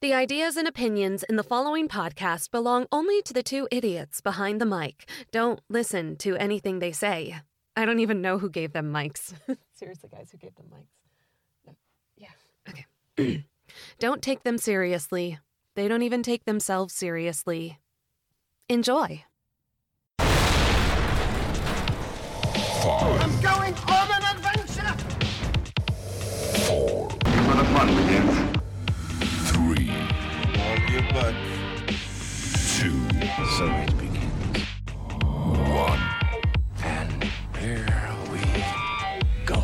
The ideas and opinions in the following podcast belong only to the two idiots behind the mic. Don't listen to anything they say. I don't even know who gave them mics. Seriously, guys, who gave them mics? No. Yeah. Okay. don't take them seriously. They don't even take themselves seriously. Enjoy. Five, I'm going on an adventure! four, When the fun begins. three, Warm your butt. two, Sunrise begins. one. And here we go.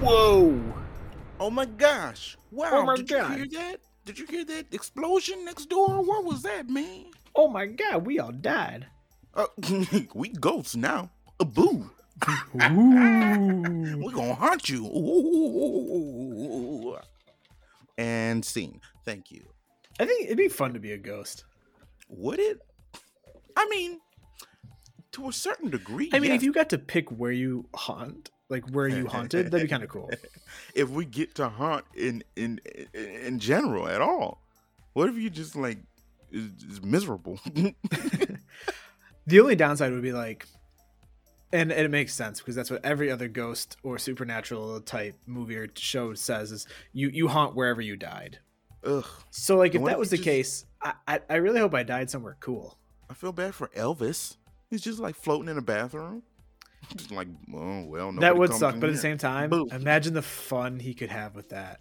Whoa! Oh my gosh! Wow! my Did God. you hear that? Did you hear that explosion next door? What was that, man? Oh my god, we all died. Uh, we ghosts now. A boo. Ooh. We're gonna haunt you. Ooh. And scene. Thank you. I think it'd be fun to be a ghost. Would it? I mean, to a certain degree. I mean, yes. if you got to pick where you haunt, like where you haunted, that'd be kind of cool. if we get to haunt in in in, in general at all, what if you just like is, is miserable? The only downside would be like, and it makes sense because that's what every other ghost or supernatural type movie or show says is you you haunt wherever you died. Ugh. So like, if What that if was the you just- case, I, I I really hope I died somewhere cool. I feel bad for Elvis. He's just like floating in a bathroom. Just like, oh well, nobody that would comes suck, in but at here. the same time, Boo. imagine the fun he could have with that.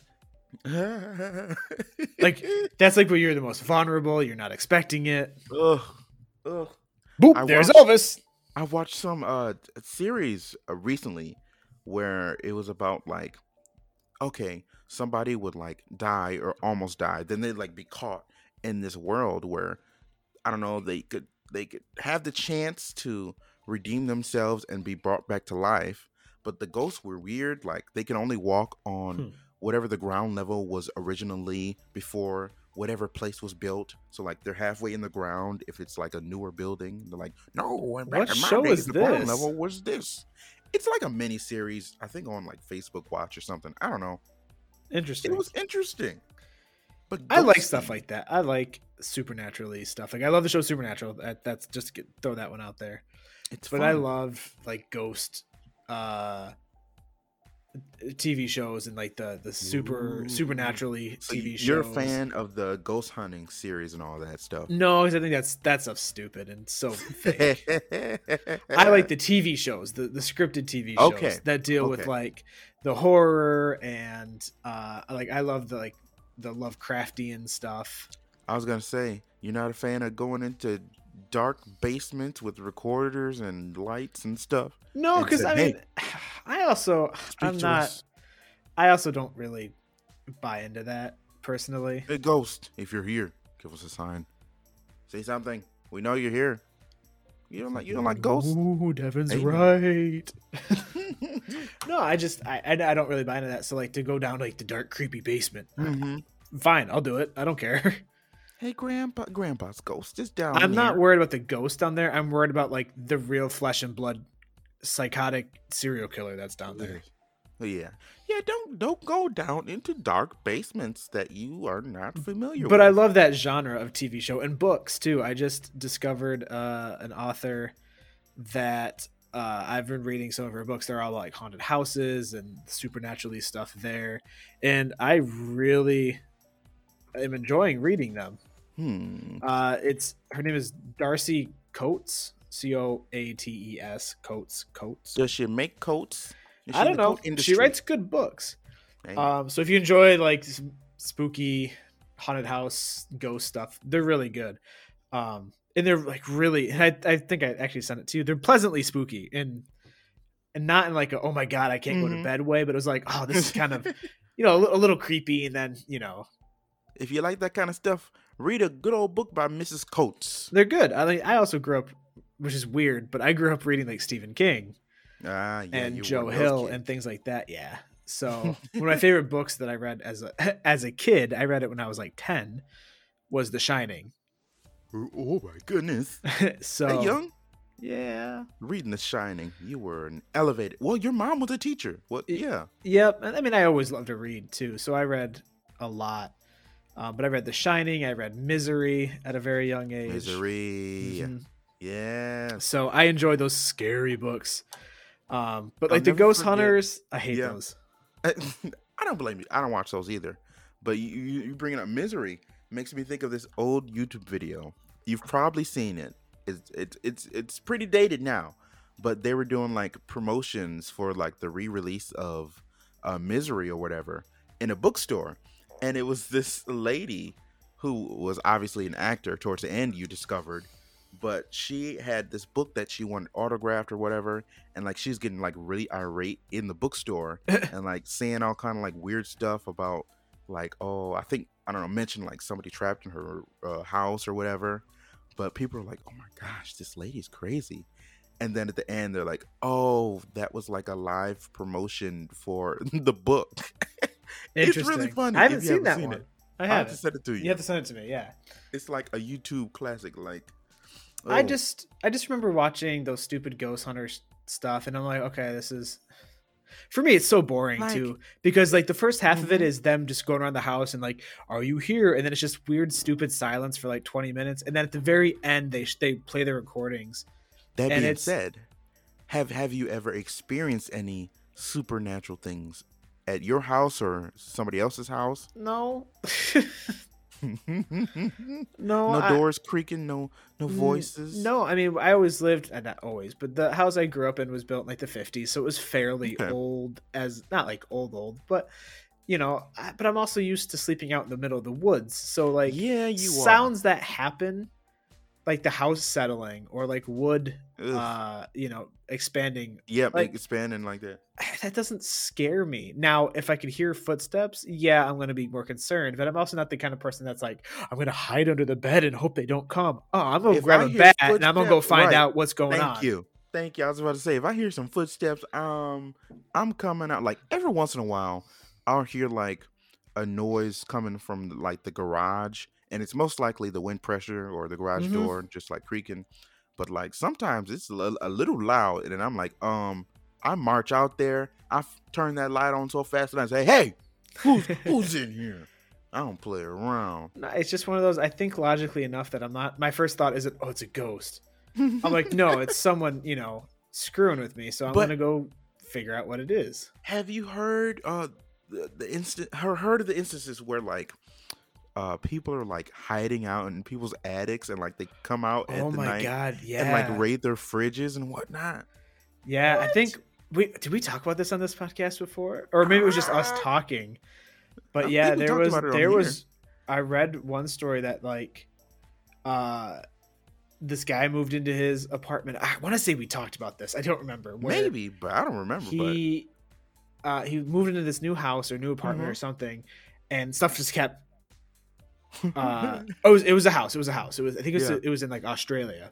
Like that's like where you're the most vulnerable. You're not expecting it. ugh, ugh. Boop! I there's watched- Elvis. I watched some uh t- series uh, recently where it was about like, okay, somebody would like die or almost die, then they'd like be caught in this world where I don't know they could they could have the chance to redeem themselves and be brought back to life, but the ghosts were weird. Like they could only walk on Hmm. whatever the ground level was originally before whatever place was built. So like they're halfway in the ground if it's like a newer building. They're like, no, and back What in my show days, is the ground this?" level was this. It's like a mini series, I think on like Facebook Watch or something. I don't know. It Interesting. was interesting. But I like ghosts- stuff like that. I like supernaturally stuff. Like I love the show Supernatural. That, that's just get, throw that one out there. it's But I fun. love like ghost uh TV shows and like the the super Ooh. supernaturally So TV shows. You're a fan of the ghost hunting series and all that stuff. No, because I think that's that stuff's stupid and so. fake. I I like the TV shows, the, the scripted TV shows Okay, that deal with okay. like the horror and uh like I love the like the Lovecraftian stuff. I was gonna say, you're not a fan of going into dark basements with recorders and lights and stuff. No, and because said, I mean, "Hey, I also I'm to not. us." I also don't really buy into that personally. Hey, ghost, if you're here, give us a sign. Say something. We know you're here. You don't like you don't like ghosts. Ooh, Devin's Hey, right. no, I just I, I I don't really buy into that. So like to go down like the dark creepy basement, hmm fine, I'll do it. I don't care. Hey, grandpa, grandpa's ghost is down. I'm not here. worried about the ghost down there. I'm worried about like the real flesh and blood psychotic serial killer that's down there. Yeah, yeah. Don't don't go down into dark basements that you are not familiar But I with. love that genre of TV show and books too. I just discovered uh, an author that uh, I've been reading some of her books. They're all like haunted houses and supernaturally stuff there, and I really am enjoying reading them. Hmm. Uh, it's her name is Darcy Coates, C O A T E S Coates Coates. Does she make coats? Is she I don't in the know. coat She industry? writes good books. Hey, Um, so if you enjoy like s- spooky haunted house ghost stuff, they're really good. Um, and they're like really, and I, I think I actually sent it to you. They're pleasantly spooky and and not in like a, oh my god I can't go to Mhm. bed way, but it was like oh this is kind of you know a, li- a little creepy and then you know if you like that kind of stuff, read a good old book by Mrs. Coates. they're good. I like, I also grew up, which is weird, but I grew up reading like Stephen King Ah, yeah, and you were Joe those Hill kids. and things like that. Yeah, So one of my favorite books that I read as a as a kid, I read it when I was like ten, was The Shining. Oh oh my goodness. so That young? yeah, Reading The Shining. You were an elevated. Well, your mom was a teacher. What? Y- Yeah. Yep. and I mean, I always love to read too, so I read a lot. Um, but I read The Shining. I read Misery at a very young age. Misery. Mhm. Yes. So I enjoy those scary books. Um, but I'll like the never Ghost forget- Hunters, I hate Yeah. those. I, don't blame you. I don't watch those either. But you, you, you bringing up misery makes me think of this old YouTube video. You've probably seen it. It's it's it's it's pretty dated now, but they were doing like promotions for like the re-release of uh, Misery or whatever in a bookstore, and it was this lady who was obviously an actor towards the end. You discovered. But she had this book that she wanted autographed or whatever, and like she's getting like really irate in the bookstore, and like seeing all kind of like weird stuff about like oh i think i don't know mentioned like somebody trapped in her uh, house or whatever but people are like oh my gosh this lady's crazy and then at the end they're like oh that was like a live promotion for the book It's Interesting. really funny I haven't if you seen haven't that seen one. it. I i have. have not to send it to you You have to send it to me. Yeah. it's like a youtube classic like I oh, just I just remember watching those stupid ghost hunters stuff and I'm like, okay, this is for me it's so boring Like- too because like the first half of it Mhm. is them just going around the house and like are you here and then it's just weird stupid silence for like 20 minutes and then at the very end they sh- they play the recordings that and being it's- said have have you ever experienced any supernatural things at your house or somebody else's house no no no I- doors creaking, no no n- voices. no i mean i always lived uh, not always but the house i grew up in was built in like the 50s so it was fairly Okay. old as not like old old but you know I, but i'm also used to sleeping out in the middle of the woods so like yeah, you sounds that happen like the house settling or like wood Are. Ugh. uh you know expanding yep, like- expanding like that. that doesn't scare me now if i could hear footsteps yeah i'm gonna be more concerned but i'm also not the kind of person that's like i'm gonna hide under the bed and hope they don't come oh i'm gonna If grab I a hear bat and i'm gonna go footsteps- find right. out what's going Thank on you, thank you. I was about to say, if I hear some footsteps, um, I'm coming out. Like every once in a while, I'll hear like a noise coming from like the garage, and it's most likely the wind pressure or the garage Mhm. door just like creaking. But like sometimes it's a, a little loud, and then I'm like, um, I march out there. I f- turn that light on so fast, and I say, hey, who's who's in here? I don't play around. No, it's just one of those i think logically enough that i'm not my first thought isn't oh it's a ghost i'm like no it's someone you know screwing with me so i'm But- gonna go figure out what it is Have you heard uh the, the instant her heard of the instances where like uh people are like hiding out in people's attics and like they come out at oh the my night god yeah and like raid their fridges and whatnot? Yeah, I think we did we talk about this on this podcast before, or maybe it was just us Ah. talking. But I yeah, think we there talked was about it on there here. was I read one story that like uh this guy moved into his apartment. I want to say we talked about this. I don't remember. where Maybe, but I don't remember. he uh he moved into this new house or new apartment Mm-hmm. or something and stuff just kept but uh, oh, it was, it was a house. It was a house. It was I think it was Yeah. it was in like Australia,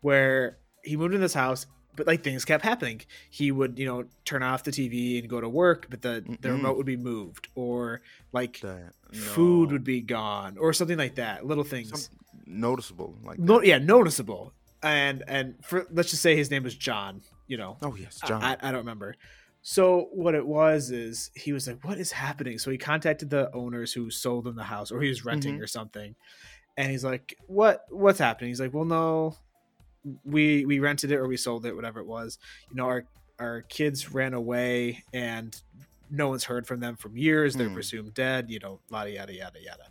where he moved in this house, but like things kept happening. He would you know turn off the TV and go to work, but the the Mm-mm. remote would be moved, or like that, food no. would be gone, or something like that. Little things, Some- noticeable like no, that. yeah, noticeable. And and for let's just say his name was John. You know, Oh yes, I- John. I, I don't remember. So what it was is he was like, "What is happening?" So he contacted the owners who sold him the house, or he was renting Mm-hmm. or something, and he's like, "What? What's happening?" He's like, "Well, no, we we rented it or we sold it, whatever it was. You know, our our kids ran away, and no one's heard from them from years. They're Hmm. presumed dead. You know, yada yada yada yada."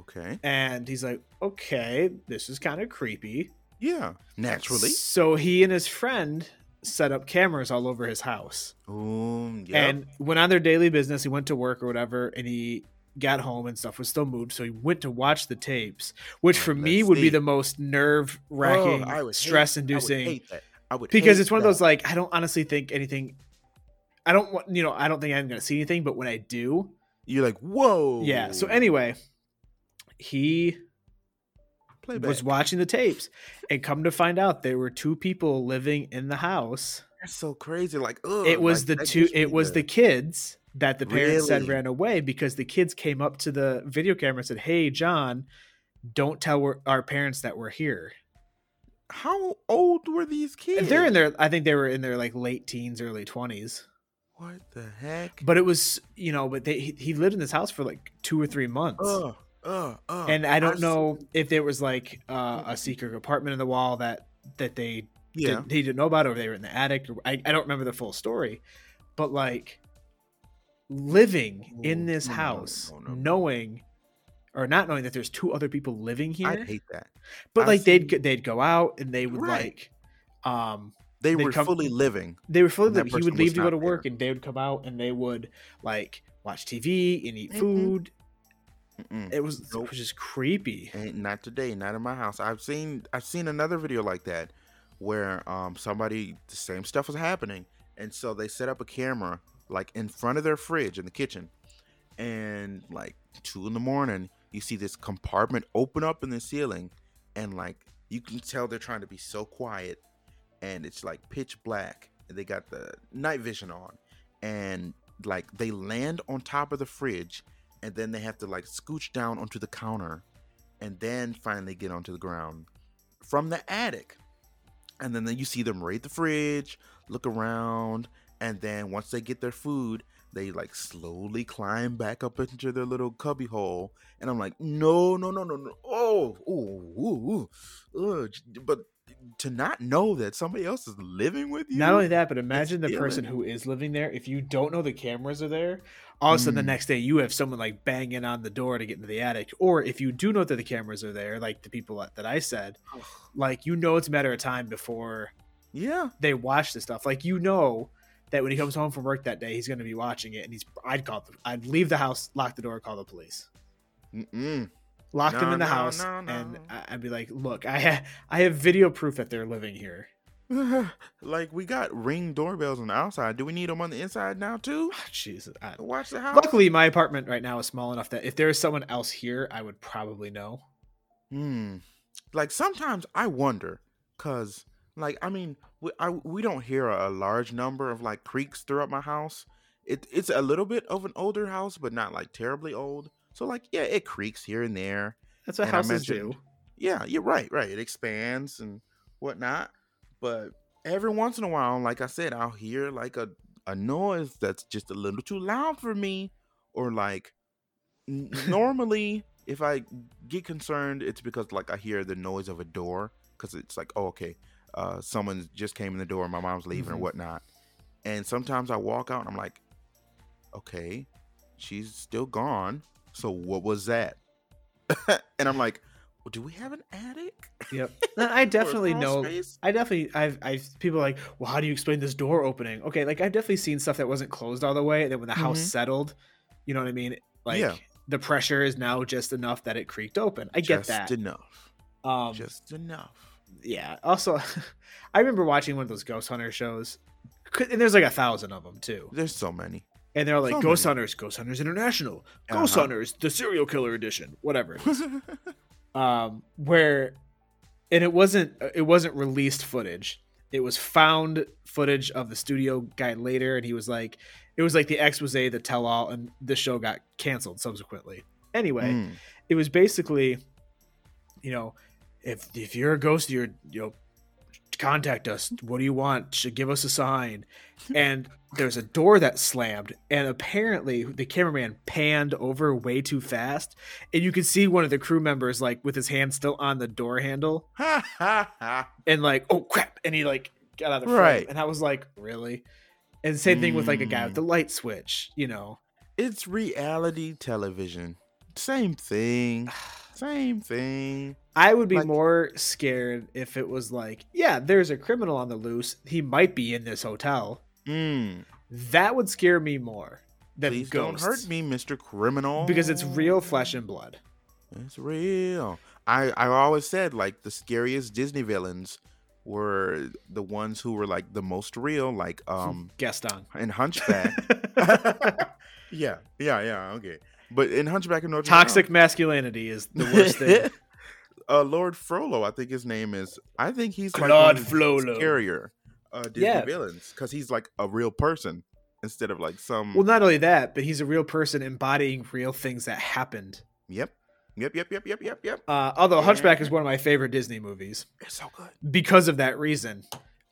okay. And he's like, "Okay, this is kind of creepy." Yeah. Naturally. So he and his friend set up cameras all over his house Um, yeah. and went on their daily business. He went to work or whatever, and he got home and stuff was still moved. So he went to watch the tapes, which for Right, me let's would be see. the most nerve Oh, wracking, stress inducing, I would because hate it's one of that. those like I don't honestly think anything. I don't want you know I don't think I'm gonna see anything, but when I do, You're like, whoa. yeah. So anyway, he Playback. was watching the tapes, and come to find out, there were two people living in the house. That's so crazy. Like, ugh, it was like, the that two gives me it was the kids that the parents said Really? ran away because the kids came up to the video camera and said, "Hey, John, don't tell we're- our parents that we're here." How old were these kids? And they're in their, I think they were in their like late teens, early twenties. What the heck? But it was, you know, but they, he, he lived in this house for like two or three months. uh, uh, uh, and I don't I've- know if there was like uh, a secret apartment in the wall that that they Yeah. didn't, he didn't know about, or they were in the attic. Or, I I don't remember the full story, but like living in Ooh, this no, no, no, house, no, no, no. knowing or not knowing that there's two other people living here, I hate that. but I've like they'd seen- go- they'd go out and they would Right. like, um, They They'd were come- fully living. they were fully And that living. He person would was leave to go not to work, there. and they would come out and they would like watch TV and eat Mhm. food. Mm-mm. It was Nope. it was just creepy. Ain't not today, not in my house. I've seen I've seen another video like that where um somebody the same stuff was happening and so they set up a camera like in front of their fridge in the kitchen and like two in the morning you see this compartment open up in the ceiling and like you can tell they're trying to be so quiet and it's like pitch black and they got the night vision on and like they land on top of the fridge and then they have to like scooch down onto the counter and then finally get onto the ground from the attic and then, then you see them raid the fridge look around and then once they get their food they like slowly climb back up into their little cubby hole and i'm like no no no no no oh ooh, ooh, ooh. Ugh. but to not know that somebody else is living with you Not only that, but imagine the person stealing. who is living there. If you don't know the cameras are there, all of a sudden the Mm. next day you have someone like banging on the door to get into the attic. Or if you do know that the cameras are there, like the people that- that I said, Ugh. like you know it's a matter of time before yeah they watch the stuff. Like you know that when he comes home from work that day, he's going to be watching it, and he's I'd call the, I'd leave the house, lock the door, call the police. Mm-mm. Lock them No, in the no, house, no, no. and I- I'd be like, "Look, I ha- I have video proof that they're living here." like we got ring doorbells on the outside. Do we need them on the inside now too? Jesus, I, To watch the house. Luckily, my apartment right now is small enough that if there is someone else here, I would probably know. Hmm. Like sometimes I wonder, cause like I mean we I, we don't hear a large number of like creaks throughout my house. It it's a little bit of an older house, but not like terribly old. So like yeah, it creaks here and there. That's what And I houses do. mentioned- yeah, you're right, right. It expands and whatnot. But every once in a while, like I said, I'll hear like a, a noise that's just a little too loud for me. Or like n- normally, if I get concerned, it's because like I hear the noise of a door because it's like, oh, okay, uh, someone just came in the door, my mom's leaving or Mhm. whatnot. And sometimes I walk out and I'm like, okay, she's still gone. So what was that? and I'm like, well, do we have an attic? Or Yep. No, I a definitely crawl know. space? I definitely, I've, I've, people are like, well, how do you explain this door opening? Okay, like I've definitely seen stuff that wasn't closed all the way. That when the house Mhm. settled, you know what I mean? Like Yeah. the pressure is now just enough that it creaked open. I get just that. enough. um, just enough. yeah. Also, I remember watching one of those ghost hunter shows, and there's like a thousand of them too. There's so many. And they're like, So Ghost many. Hunters, Ghost Hunters International, Ghost Uh-huh. Hunters, the Serial Killer Edition, whatever. it is. mm-hmm. um, where, and it wasn't it wasn't released footage. It was found footage of the studio guy later, and he was like, it was like the expose, the tell all, and the show got canceled subsequently. Anyway, Hmm. it was basically, you know, if if you're a ghost, you're you know, contact us. What do you want? Should give us a sign. And there's a door that slammed, and apparently the cameraman panned over way too fast, and you could see one of the crew members like with his hand still on the door handle, Ha ha ha. and like oh crap, and he like got out of the frame, Right. and I was like really. And same thing with like a guy with Mm. the light switch, you know. It's reality television. Same thing. Same thing. I would be Like- more scared if it was like, yeah, there's a criminal on the loose. He might be in this hotel. Mm. That would scare me more than Please ghosts. don't hurt me, Mr. Criminal. because it's real flesh and blood. It's real. I I always said like the scariest Disney villains were the ones who were like the most real, like Hmm. um Gaston. in Hunchback. yeah, yeah, yeah. Okay, but in Hunchback of Notre Toxic Dame, masculinity is the worst thing. uh, Lord Frollo, I think his name is. I think he's like one Claude of the Frollo. scarier uh, Disney Yeah. villains because he's like a real person. instead of like some. Well, not only that, but he's a real person embodying real things that happened. yep, yep, yep, yep, yep, yep, yep. Uh, although Hunchback is one of my favorite Disney movies It's so good. because of that reason.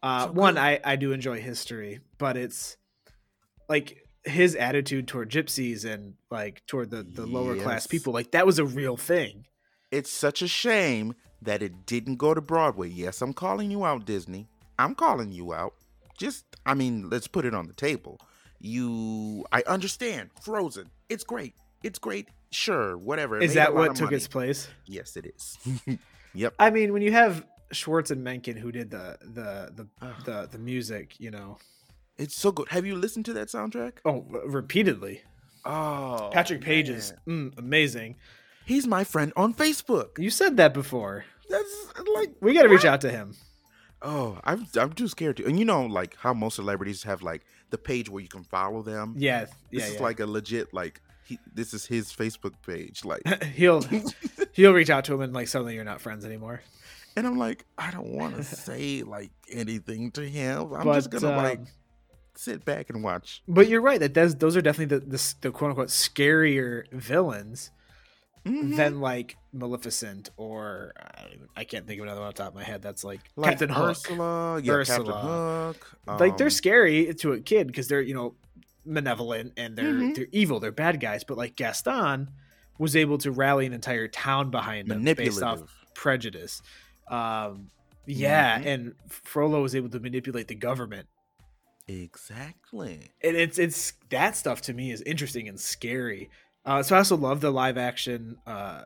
Uh, So one, good. I, I do enjoy history, but it's like his attitude toward gypsies and like toward the, the lower class Yes. people, like that was a real thing. It's such a shame that it didn't go to Broadway. Yes, I'm calling you out, Disney. I'm calling you out. Just, I mean, let's put it on the table. You, I understand. Frozen. It's great. It's great. Sure, whatever. It Is made a that lot what of took money. its place? Yes, it is. yep. I mean, when you have Schwartz and Mencken who did the the the Ugh. the, the music, you know, It's so good. Have you listened to that soundtrack? oh, re- repeatedly. Oh, Patrick Page is man. mm, amazing. He's my friend on Facebook. You said that before. That's like We got to reach out to him. Oh, I'm I'm too scared to. And you know, like how most celebrities have like the page where you can follow them. Yeah, th- this yeah. is yeah. like a legit like he, this is his Facebook page. Like, he'll he'll reach out to him and like suddenly you're not friends anymore. and I'm like, I don't want to say like anything to him. I'm but, just gonna like um, sit back and watch. but you're right that that's, those are definitely the, the s- the quote unquote scarier villains Mhm. than like Maleficent or I, don't even- I can't think of another one off the top of my head. That's like, like Captain Hook. Ursula, yeah, Captain Ursula. Hook. like they're um, scary to a kid because they're you know malevolent and they're Mhm. they're evil, they're bad guys. But like Gaston was able to rally an entire town behind him based off manipulative. prejudice. Um, yeah, Mhm. and Frollo was able to manipulate the government, Exactly. and it's it's that stuff to me is interesting and scary. Uh, so I also love the live action uh,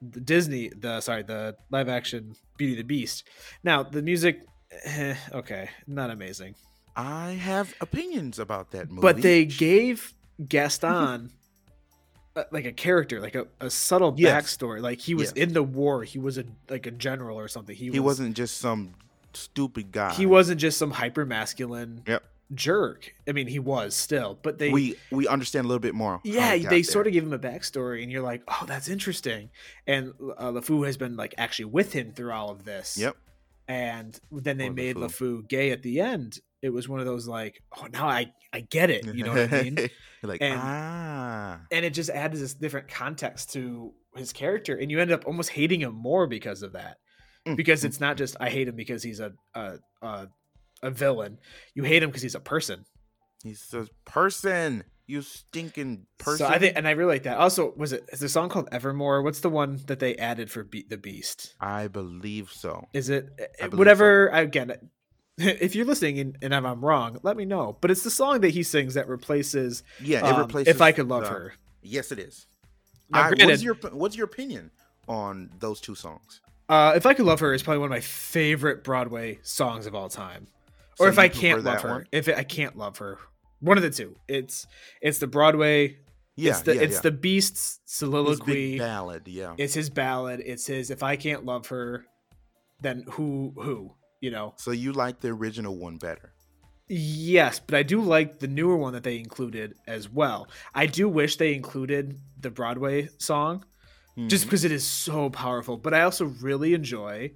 the Disney, the sorry, the live action Beauty and the Beast. Now the music, eh, okay, not amazing, I have opinions about that movie, but they gave Gaston. uh, Like a character, like a, a subtle Yes. backstory. Like he was Yes. in the war. He was a like a general or something. He, he was, wasn't just some stupid guy. he wasn't just some hyper masculine Yep. jerk. I mean, he was still, but they we we understand a little bit more. how yeah it they got sort there. of give him a backstory, and you're like, oh, that's interesting. And uh, LeFou has been like actually with him through all of this. Yep. And then they Poor made LeFou. LeFou gay at the end. It was one of those like, oh, now I I get it. You know what I mean? You're like And- ah, and it just adds this different context to his character, and you end up almost hating him more because of that. Mm, Because mm, it's not just I hate him because he's a a a, a villain. You hate him because he's a person. he's a person. You stinking person. So I think, and I really like that. Also, was it is the song called Evermore? What's the one that they added for Be- the Beast? I believe so. Is it eh, I believe so. whatever? I Again, if you're listening and, and if I'm wrong, let me know. But it's the song that he sings that replaces, Yeah, it um, replaces. "If I Could Love the- Her." Yes, it is. Now, I- granted- what's your What's your opinion on those two songs? Uh, "If I Could Love Her" is probably one of my favorite Broadway songs of all time. So Or if you I prefer can't that love her, one? if I can't love her, one of the two. It's it's the Broadway. Yeah, it's the yeah, it's yeah. the Beast's His big soliloquy. ballad. Yeah, it's his ballad it's his if i can't love her then who who you know so you like the original one better? yes but i do like the newer one that they included as well i do wish they included the broadway song just Mhm. because it is so powerful but i also really enjoy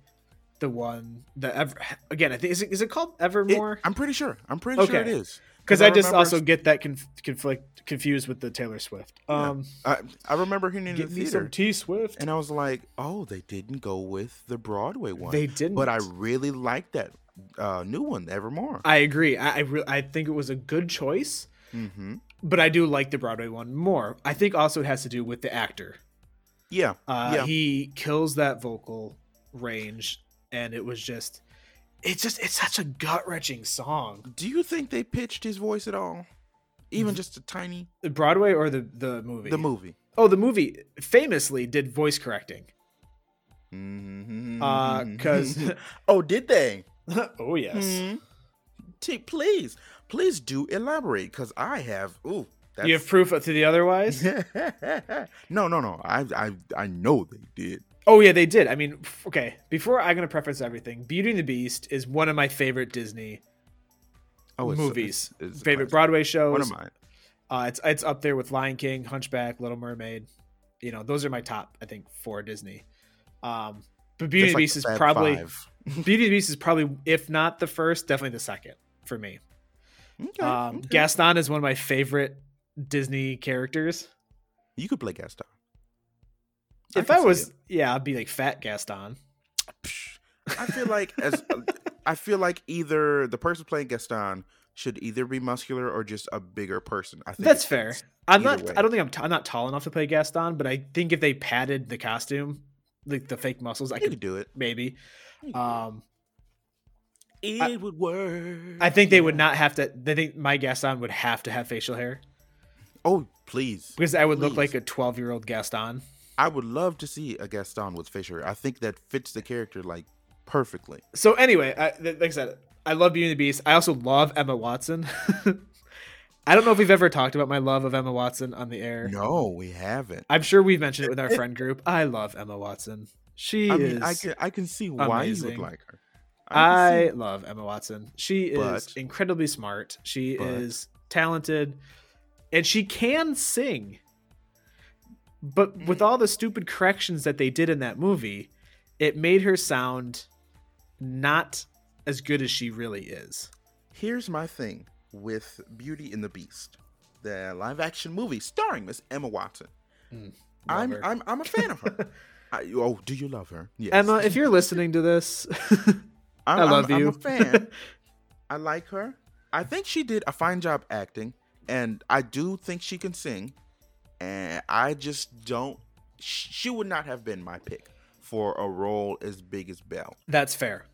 the one the ever again i think is it, is it called It- evermore I'm pretty sure. I'm pretty sure it Okay. is. because i, just remember- also get that conf- conflict confused with the taylor swift Yeah. um I, I remember hearing it in get the me theater. some t swift and I was like, "Oh, they didn't go with the Broadway one. They didn't. but I really like that uh, new one, Evermore." i agree i I, re- I think it was a good choice hmm but I do like the Broadway one more. I think also it has to do with the actor. Yeah, Uh, yeah. He kills that vocal range, and it was just, it's just, it's such a gut wrenching song. Do you think they pitched his voice at all, Mm-hmm. even just a tiny? The Broadway or the the movie? The movie. Oh, the movie famously did voice correcting. Mm-hmm. Uh, 'cause- oh, did they? oh yes. Mhm. T- please, please do elaborate, because I have. Ooh, that's... You have proof to the otherwise? no, no, no. I, I, I know they did. oh yeah, they did. I mean, f- okay. Before I'm gonna preface everything. Beauty and the Beast is one of my favorite Disney Oh, it's- movies, it's- it's a favorite classic. Broadway shows. One of mine. Uh, it's it's up there with Lion King, Hunchback, Little Mermaid. You know, those are my top. I think for Disney. Um, but Beauty and the Beast That's like is the Fab probably Five. Beauty and the Beast is probably if not the first, definitely the second for me. Okay, um, okay. Gaston is one of my favorite Disney characters. you could play Gaston. If can I, see was, it. yeah, I'd be like Fat Gaston. Psh, I feel like as uh, I feel like either the person playing Gaston should either be muscular or just a bigger person. I think That's it fair. fits. I'm either not. way. I don't think I'm. T- I'm not tall enough to play Gaston, but I think if they padded the costume, like the fake muscles, I You could could do it. maybe. Um, It would work. I think they would not have to. They think my Gaston would have to have facial hair Oh, please. because I would look like Please. a 12 year old Gaston. I would love to see a Gaston with facial hair. I think that fits the character like perfectly. So anyway, I, th- like I said, I love Beauty and the Beast. I also love Emma Watson. I don't know if we've ever talked about my love of Emma Watson on the air. No, we haven't. I'm sure we've mentioned it with our friend group. I love Emma Watson. She I is. mean, I can I can see why you amazing. would like her. I can see- love Emma Watson. She is But- incredibly smart. She but- is talented, and she can sing. But with all the stupid corrections that they did in that movie, it made her sound not as good as she really is. here's my thing with Beauty and the Beast, the live action movie starring Miss Emma Watson. Mm, Love I'm her. I'm I'm a fan of her. I, oh, do you love her? Yes. Emma, if you're listening to this, I'm, I I'm- love you. I'm a fan. I like her. I think she did a fine job acting, and I do think she can sing. And I just don't. sh- She would not have been my pick for a role as big as Belle. that's fair.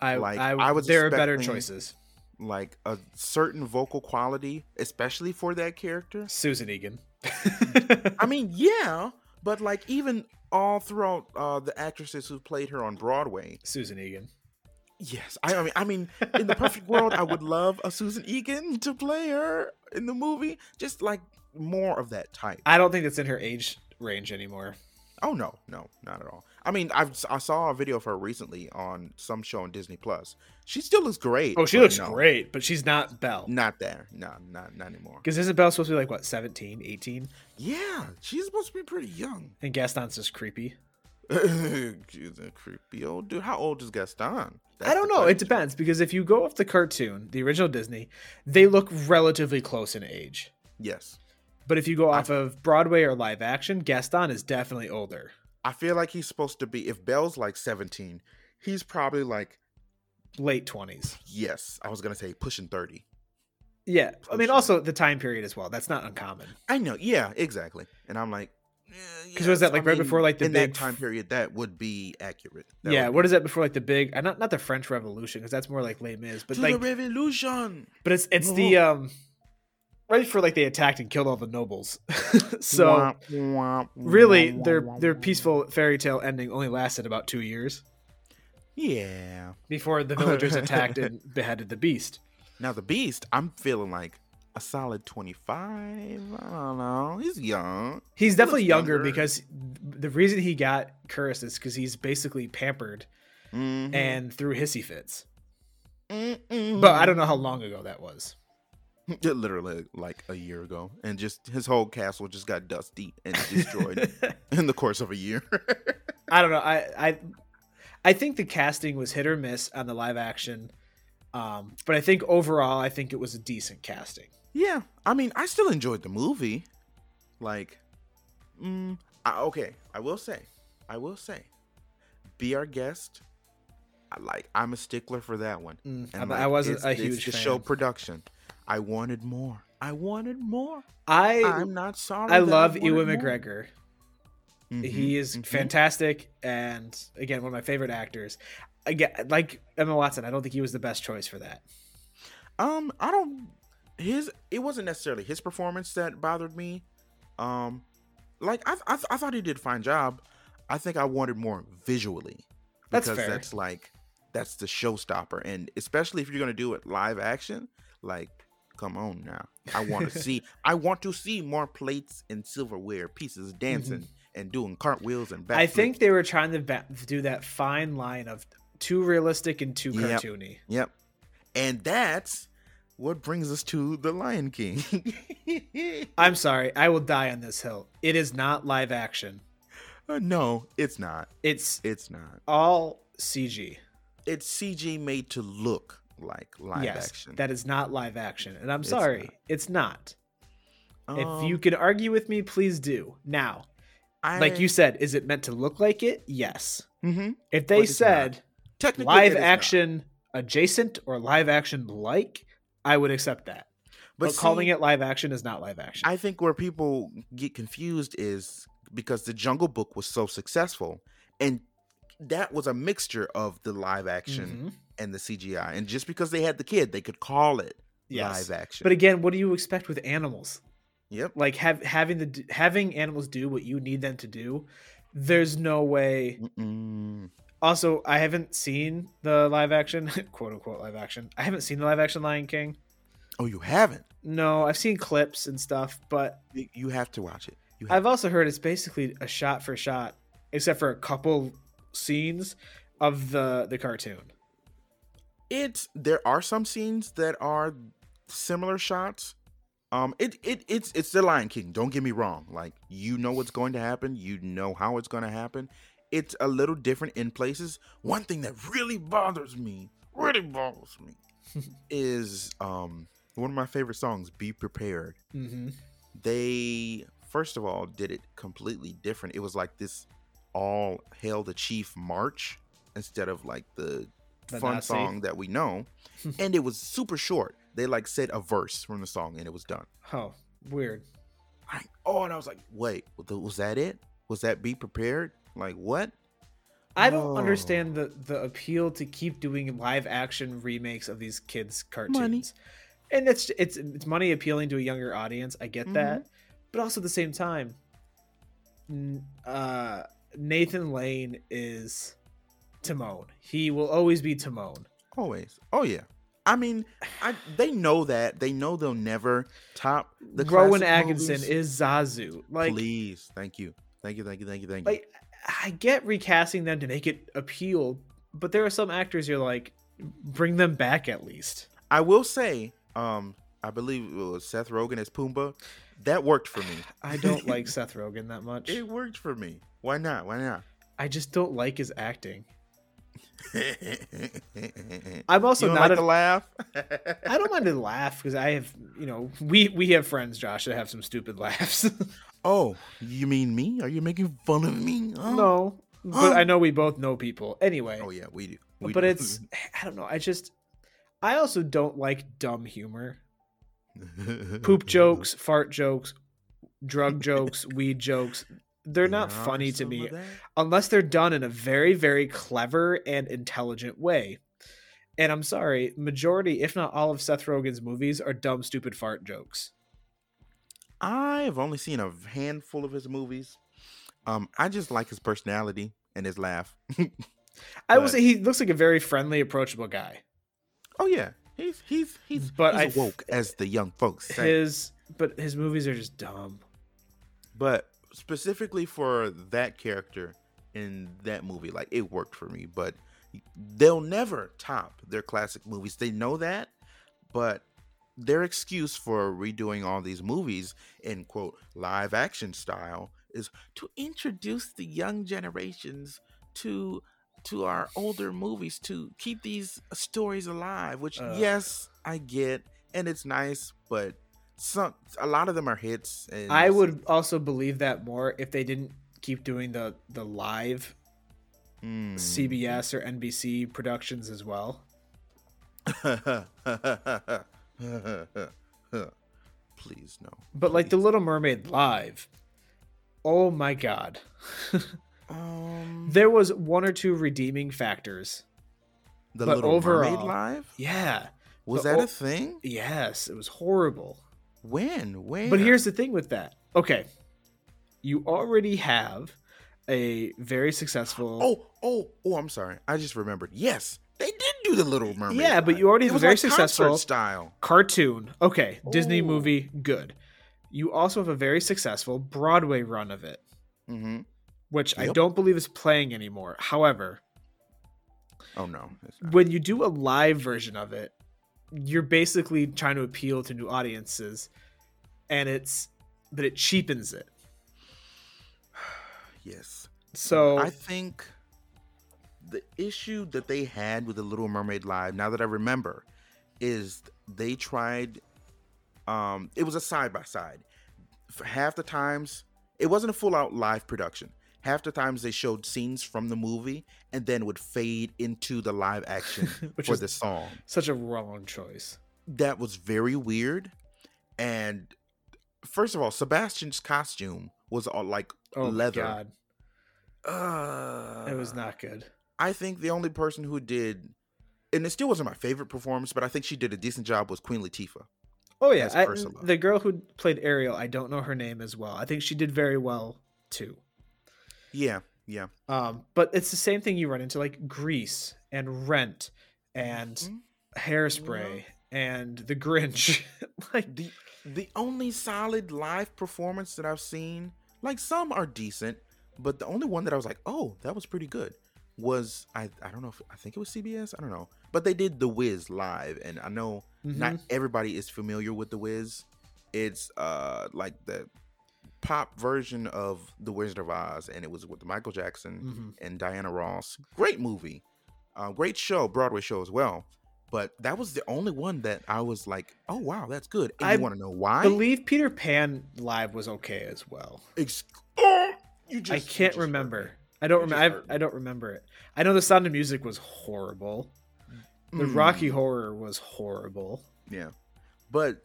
I Like, I, I was there are better expecting- choices. Like a certain vocal quality, especially for that character. Susan Egan. I mean, yeah, but like even all throughout uh, the actresses who played her on Broadway. Susan Egan. Yes, I, I mean, I mean, in the perfect world, I would love a Susan Egan to play her in the movie. Just like more of that type. I don't think that's in her age range anymore. Oh no, no, not at all. I mean, I've I saw a video of her recently on some show on Disney Plus. She still looks great. Oh, she but looks no, great, but she's not Belle. Not there. No, not not anymore. Because isn't Belle supposed to be like, what, 17, 18? Yeah, she's supposed to be pretty young. And Gaston's just creepy. she's a creepy old dude. How old is Gaston? That's I don't the know. It question. depends. Because if you go off the cartoon, the original Disney, they look relatively close in age. Yes, But if you go off of Broadway or live action, Gaston is definitely older. I feel like he's supposed to be. If Belle's like seventeen, he's probably like Late 20s. yes. I was gonna say pushing thirty. Yeah. I Oh, mean, sure. also the time period as well. That's not uncommon. I know. Yeah, exactly. And I'm like, "Eh, Because was that like right before like the in big that time period? That would be accurate. That yeah, would what is that before like the big? uh, Not not the French Revolution because that's more like Les Mis, be- but to like the Oh. revolution. But it's it's No. the um right for like they attacked and killed all the nobles. so really their their peaceful fairy tale ending only lasted about 2 years Yeah. before the villagers attacked and beheaded the beast. Now the beast, I'm feeling like a solid twenty five. I don't know. He's young. He's definitely looks younger, younger. because the reason he got cursed is cuz he's basically pampered Mhm. and through hissy fits. Mm-mm. But I don't know how long ago that was. literally like a year ago, and just his whole castle just got dusty and destroyed in the course of a year. I don't know. I I I think the casting was hit or miss on the live action. Um, but I think overall I think it was a decent casting. yeah, I mean, I still enjoyed the movie. Like, mm, I, okay, I will say, I will say, be our guest. I like, I'm a stickler for that one. Mm, And, I'm- I wasn't it's- a it's huge the show fan. production. I wanted more. I wanted more. I I'm not sorry. I that love wanted Ewan more. McGregor. Mhm, He is mhm. fantastic and again one of my favorite actors. Again, like Emma Watson, I don't think he was the best choice for that. Um, I don't. His it wasn't necessarily his performance that bothered me. Um, like I I, I thought he did a fine job. I think I wanted more visually. That's fair. That's like that's the showstopper, and especially if you're gonna do it live action, like come on now. I want to see. I want to see more plates and silverware pieces dancing and doing cartwheels and back. Mm-hmm. I think they were trying to ba- do that fine line of too realistic and too Yep. cartoony. Yep. And that's what brings us to the Lion King. I'm sorry, I will die on this hill. It is not live action. Uh, no, it's not. It's It's not. all CG. It's CG made to look like live yes, action. that is not live action, and I'm It's sorry, it's not. if you Um, can argue with me, please do now. Like I- you said, is it meant to look like it? Yes. Mhm. If But they it's not. said technically it live is not. action adjacent or live action like, I would accept that. But, calling see, it live action is not live action. I think where people get confused is because the Jungle Book was so successful, and that was a mixture of the live action Mhm. and the CGI. And just because they had the kid, they could call it Yes. live action. But again, what do you expect with animals? yep, Like have, having the d- having animals do what you need them to do. There's no way. Mm. Mm-mm. Also, I haven't seen the live action, quote unquote live action. I haven't seen the live action Lion King. oh, you haven't. No, I've seen clips and stuff, but You- You have to watch it. You have I've also heard it's basically a shot for shot, except for a couple scenes of the the cartoon. it's there are some scenes that are similar shots um it it it's it's the lion king don't get me wrong like you know what's going to happen you know how it's going to happen it's a little different in places one thing that really bothers me really bothers me is um one of my favorite songs be prepared Mm-hmm. they first of all did it completely different it was like this all hail the chief march instead of like the The fun Nazi. song that we know and it was super short they like said a verse from the song and it was done Oh, weird. I, oh and i was like wait was th- was that it was that be prepared like what I don't Oh. understand the the appeal to keep doing live action remakes of these kids' cartoons. And it's it's it's money appealing to a younger audience. I get Mm-hmm. that, but also at the same time, n- uh, Nathan Lane is Timon. He will always be Timon. always oh yeah i mean I, they know that they know they'll never top the Rowan classic Atkinson movies. is Zazu. Like, please thank you thank you thank you thank you thank you like I get recasting them to make it appeal, but there are some actors you're like, bring them back at least. I will say, um, I believe it was Seth Rogen as Pumbaa. That worked for me. I don't like Seth Rogen that much. It worked for me. Why not? Why not? I just don't like his acting. you I'm also don't not. like a- to laugh? I don't mind to laugh because I have, you know, we we have friends, Josh, that have some stupid laughs. oh, you mean me? Are you making fun of me? Oh. no, but I know we both know people. Anyway, Oh yeah, we do. We but do. it's I don't know. I just I also don't like dumb humor. poop jokes, fart jokes, drug jokes, weed jokes. They're not There are funny to some me of that. unless they're done in a very, very clever and intelligent way. And I'm sorry, majority, if not all of Seth Rogen's movies are dumb, stupid fart jokes. I've only seen a handful of his movies. Um, I just like his personality and his laugh. I will But- say he looks like a very friendly, approachable guy. oh yeah, he's he's he's But he's I- woke as the young folks say. His but his movies are just dumb. but specifically for that character in that movie like it worked for me but they'll never top their classic movies they know that but their excuse for redoing all these movies in quote live action style is to introduce the young generations to to our older movies to keep these stories alive which Ugh. yes i get and it's nice but some a lot of them are hits and I would also believe that more if they didn't keep doing the the live Mm. CBS or NBC productions as well. Hmm. Please no. But like the Little Mermaid live, oh my god, Um, there was one or two redeeming factors. the but Little Mermaid overall- live Yeah, was the that o- a thing? yes, it was horrible. When? Where? But here's the thing with that. Okay, you already have a very successful. oh oh oh! I'm sorry. I just remembered. Yes, they did do the Little Mermaid. Yeah, but live. you already It have was a very like concert successful- style. cartoon. Okay, Disney Ooh. movie, good. You also have a very successful Broadway run of it. hmm Which I Yep. don't believe is playing anymore. However, Oh no. it's not. when you do a live version of it, you're basically trying to appeal to new audiences, and it's but it cheapens it. Yes. So Oh. I think the issue that they had with the Little Mermaid live, now that I remember, is they tried. Um, it was a side by side. Half the times, it wasn't a full out live production. Half the times they showed scenes from the movie and then would fade into the live action Which for is- the song. Such a wrong choice. That was very weird. And first of all, Sebastian's costume was all like Oh Leather. my god, uh, it was not good. I think the only person who did, and it still wasn't my favorite performance, but I think she did a decent job was Queen Latifah. Oh yeah, as I- Ursula. the girl who played Ariel, I don't know her name as well. I think she did very well too. Yeah, yeah. Um, but it's the same thing you run into like Grease and Rent and Mhm. Hairspray and The Grinch. like The the only solid live performance that I've seen, like some are decent, but the only one that I was like, oh, that was pretty good, was I I don't know if I think it was CBS, I don't know, but they did The Wiz live, and I know Mm-hmm. not everybody is familiar with The Wiz. It's uh like the pop version of The Wizard of Oz, and it was with Michael Jackson. Mhm. and Diana Ross. Great movie, uh, great show, Broadway show as well. But that was the only one that I was like, "Oh wow, that's good." And I you want to know why? believe Peter Pan live was okay as well. Ex- oh, you just, I you can't just hurt remember. me. I don't You just remember. hurt me. I don't remember it. I know the Sound of Music was horrible. The Mm, Rocky Horror was horrible. Yeah, but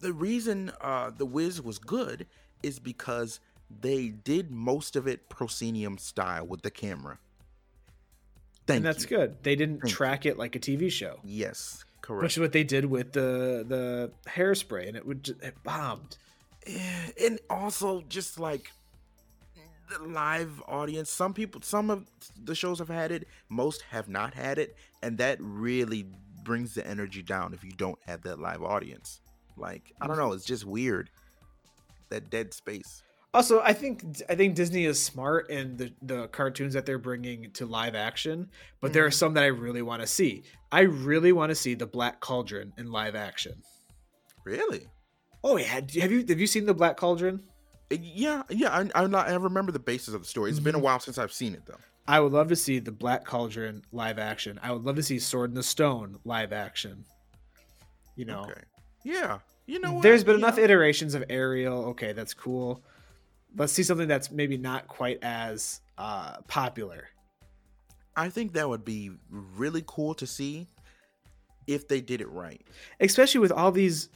the reason uh, the Wiz was good is because they did most of it proscenium style with the camera. Thank and that's you. good. They didn't Thank you. track it like a TV show, Yes, correct. which is what they did with the the hairspray, and it would just, it bombed. Yeah, and also just like the live audience some people some of the shows have had it most have not had it and that really brings the energy down if you don't have that live audience like i don't know it's just weird that dead space Also, I think I think Disney is smart in the the cartoons that they're bringing to live action, but there are some that I really want to see. I really want to see the Black Cauldron in live action. really Oh yeah, have you have you seen the Black Cauldron? Uh, yeah yeah i, I, not, I remember the basis of the story It's Mm-hmm. been a while since i've seen it though I would love to see the Black Cauldron live action. I would love to see Sword in the Stone live action. You know, okay yeah you know what? there's been You enough know, iterations of Ariel. Okay, that's cool. Let's see something that's maybe not quite as uh, popular. i think that would be really cool to see if they did it right especially with all these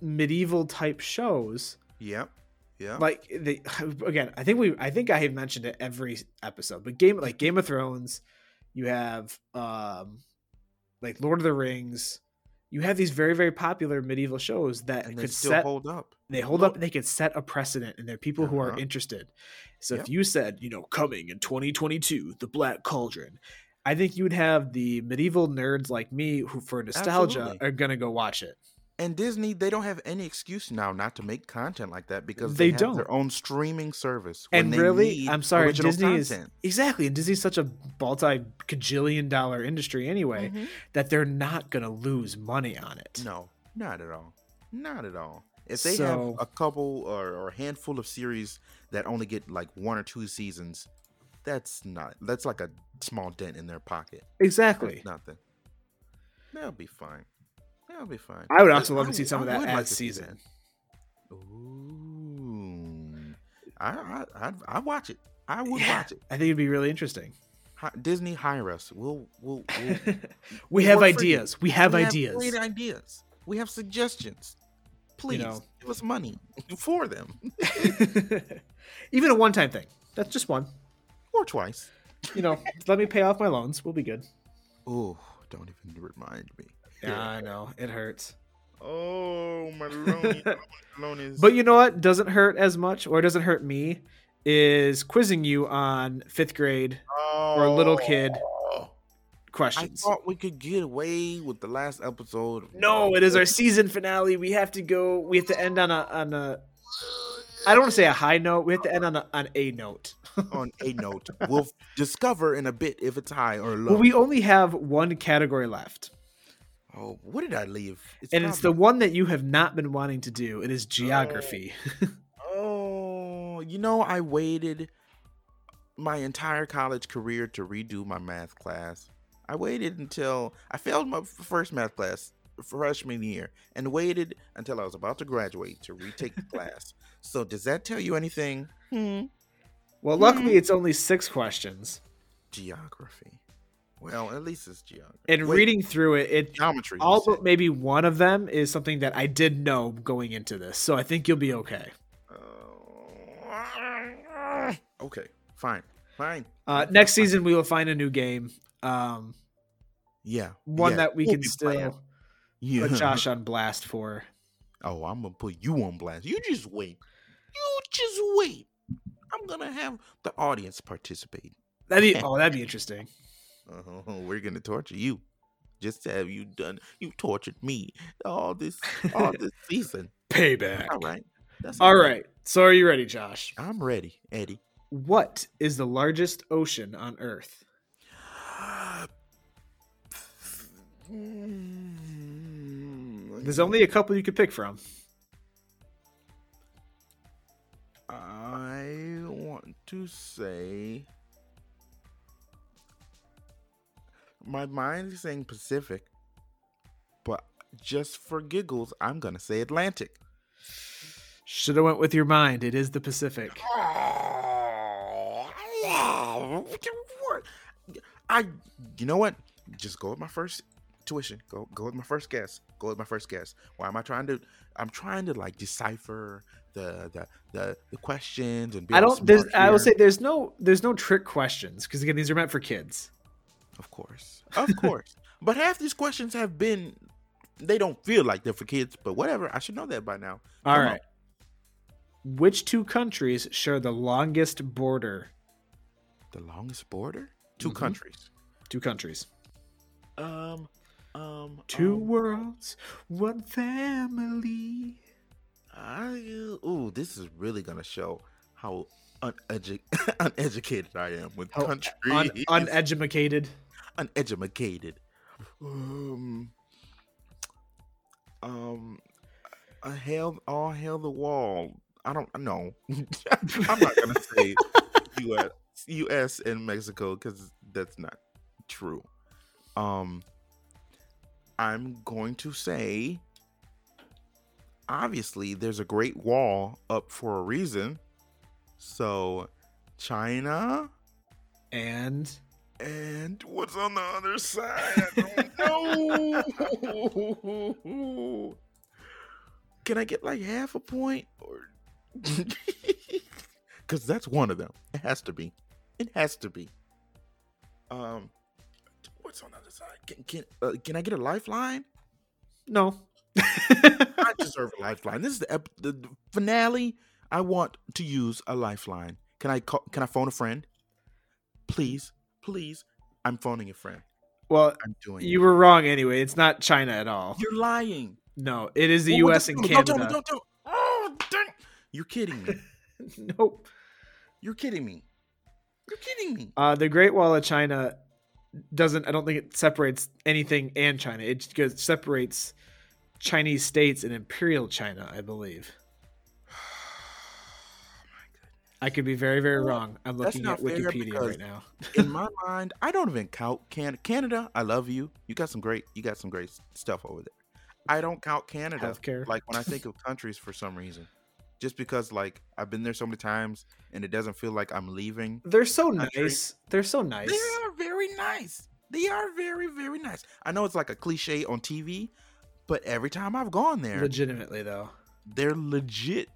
medieval type shows yep yeah like they again i think we i think i have mentioned it every episode but game like game of thrones you have um like lord of the rings you have these very very popular medieval shows that and they could still set hold up. they hold up and they could set a precedent and there are people who are Uh-huh. interested so Yep. if you said you know coming in 2022 the black cauldron i think you would have the medieval nerds like me who for nostalgia Absolutely. are gonna go watch it And Disney, they don't have any excuse now not to make content like that because They they, have don't. their own streaming service. when and they really need i'm sorry original disney content. is exactly and disney's such a multi cajillion dollar industry anyway that they're not going to lose money on it Mm-hmm. no, not at all, not at all. If they have So- a couple or, or a handful of series that only get like one or two seasons, that's not that's like a small dent in their pocket. exactly That's nothing. That'll be fine. That'll be fine. i would also love to would- see some of I that would as like to see season that. Ooh, I I I I'd watch it. I would Yeah, watch it. i think it'd be really interesting Hi- Disney hire us. We'll we'll, we'll we We'll have work for you. ideas we have we ideas great ideas. We have suggestions. Please know. give us money for them even a one-time thing that's just one or twice. you know let me pay off my loans we'll be good Oh, don't even remind me. yeah i know it hurts Oh, my loan, loan is. But you know what doesn't hurt as much, or doesn't hurt me, is quizzing you on fifth grade or little kid Oh. I questions. thought we could get away with the last episode. of- No, it is our season finale. We have to go. We have to end on a on a. I don't want to say a high note. We have to end on a on a note. on a note. We'll discover in a bit if it's high or low. Well, we only have one category left, oh, what did I leave? and it's the probably- one that you have not been wanting to do. It is geography. Oh, you know, I waited my entire college career to redo my math class. I waited until I failed my f- first math class freshman year and waited until I was about to graduate to retake the class. So does that tell you anything? Hmm. Well, luckily it's only six questions. Geography. Well, at least it's geography. And Wait, reading through it, it geometry. you all said. but maybe one of them is something that I did know going into this. So I think you'll be okay. Oh. okay, fine, fine. Uh, next season we will find a new game. Um, Yeah, one yeah, that we we'll can be still playing. Yeah. put Josh on blast for. Oh, I'm gonna put you on blast. You just wait. You just wait. I'm gonna have the audience participate. That'd be, oh, that'd be interesting. Oh, we're gonna torture you. Just have you done? You tortured me all this all this season. Payback. All right. That's All right. So are you ready, Josh? I'm ready, Eddie. What is the largest ocean on Earth? There's only a couple you could pick from. I want to say my mind is saying Pacific, but just for giggles, I'm gonna say Atlantic. Should have went with your mind. It is the Pacific. I, you know what? Just go with my first tuition. Go, go with my first guess. Go with my first guess. Why am I trying to? I'm trying to like decipher the the the, the questions and. Be I all don't. There's, smart I will here. say there's no there's no trick questions because again these are meant for kids. Of course. Of course. But half these questions have been they don't feel like they're for kids, but whatever. I should know that by now. All Come on. right. Which two countries share the longest border? The longest border? 2 Mhm. countries. Two countries. Mm-hmm. Um um Two um, worlds, one family. I, ooh, this is really gonna show how unedu- uneducated I am with How countries. Un- uneducated. uneducated. Um, um, I hail, all hail the wall. I don't know. I'm not gonna say U.S. U.S. and Mexico because that's not true. Um, I'm going to say. Obviously, there's a great wall up for a reason. So, China And and what's on the other side? I don't know. Can I get like half a point? Or because that's one of them. It has to be. It has to be. Um, what's on the other side? Can can uh, can I get a lifeline? no. I deserve a lifeline. This is the, ep- the the finale. I want to use a lifeline. Can I call? Can I phone a friend? Please, please. I'm phoning a friend. well, I'm doing. you were wrong anyway. It's not China at all. You're lying. No, it is the Well, what U.S. and no, Canada. Don't tell me. Don't tell me. Oh, dang. You're kidding me. Nope. You're kidding me. You're kidding me. Uh, the Great Wall of China doesn't. I don't think it separates anything and China. It just goes, separates Chinese states and Imperial China, I believe. I could be very, very wrong. I'm That's looking not at fair Wikipedia because- right now. In my mind, I don't even count Can- Canada. I love you. You got some great. You got some great stuff over there. I don't count Canada. Healthcare. Like when I think of countries for some reason, just because like I've been there so many times and it doesn't feel like I'm leaving. They're so Country. nice. They're so nice. They are very nice. They are very very nice. I know it's like a cliche on TV, but every time I've gone there, Legitimately, though. they're legit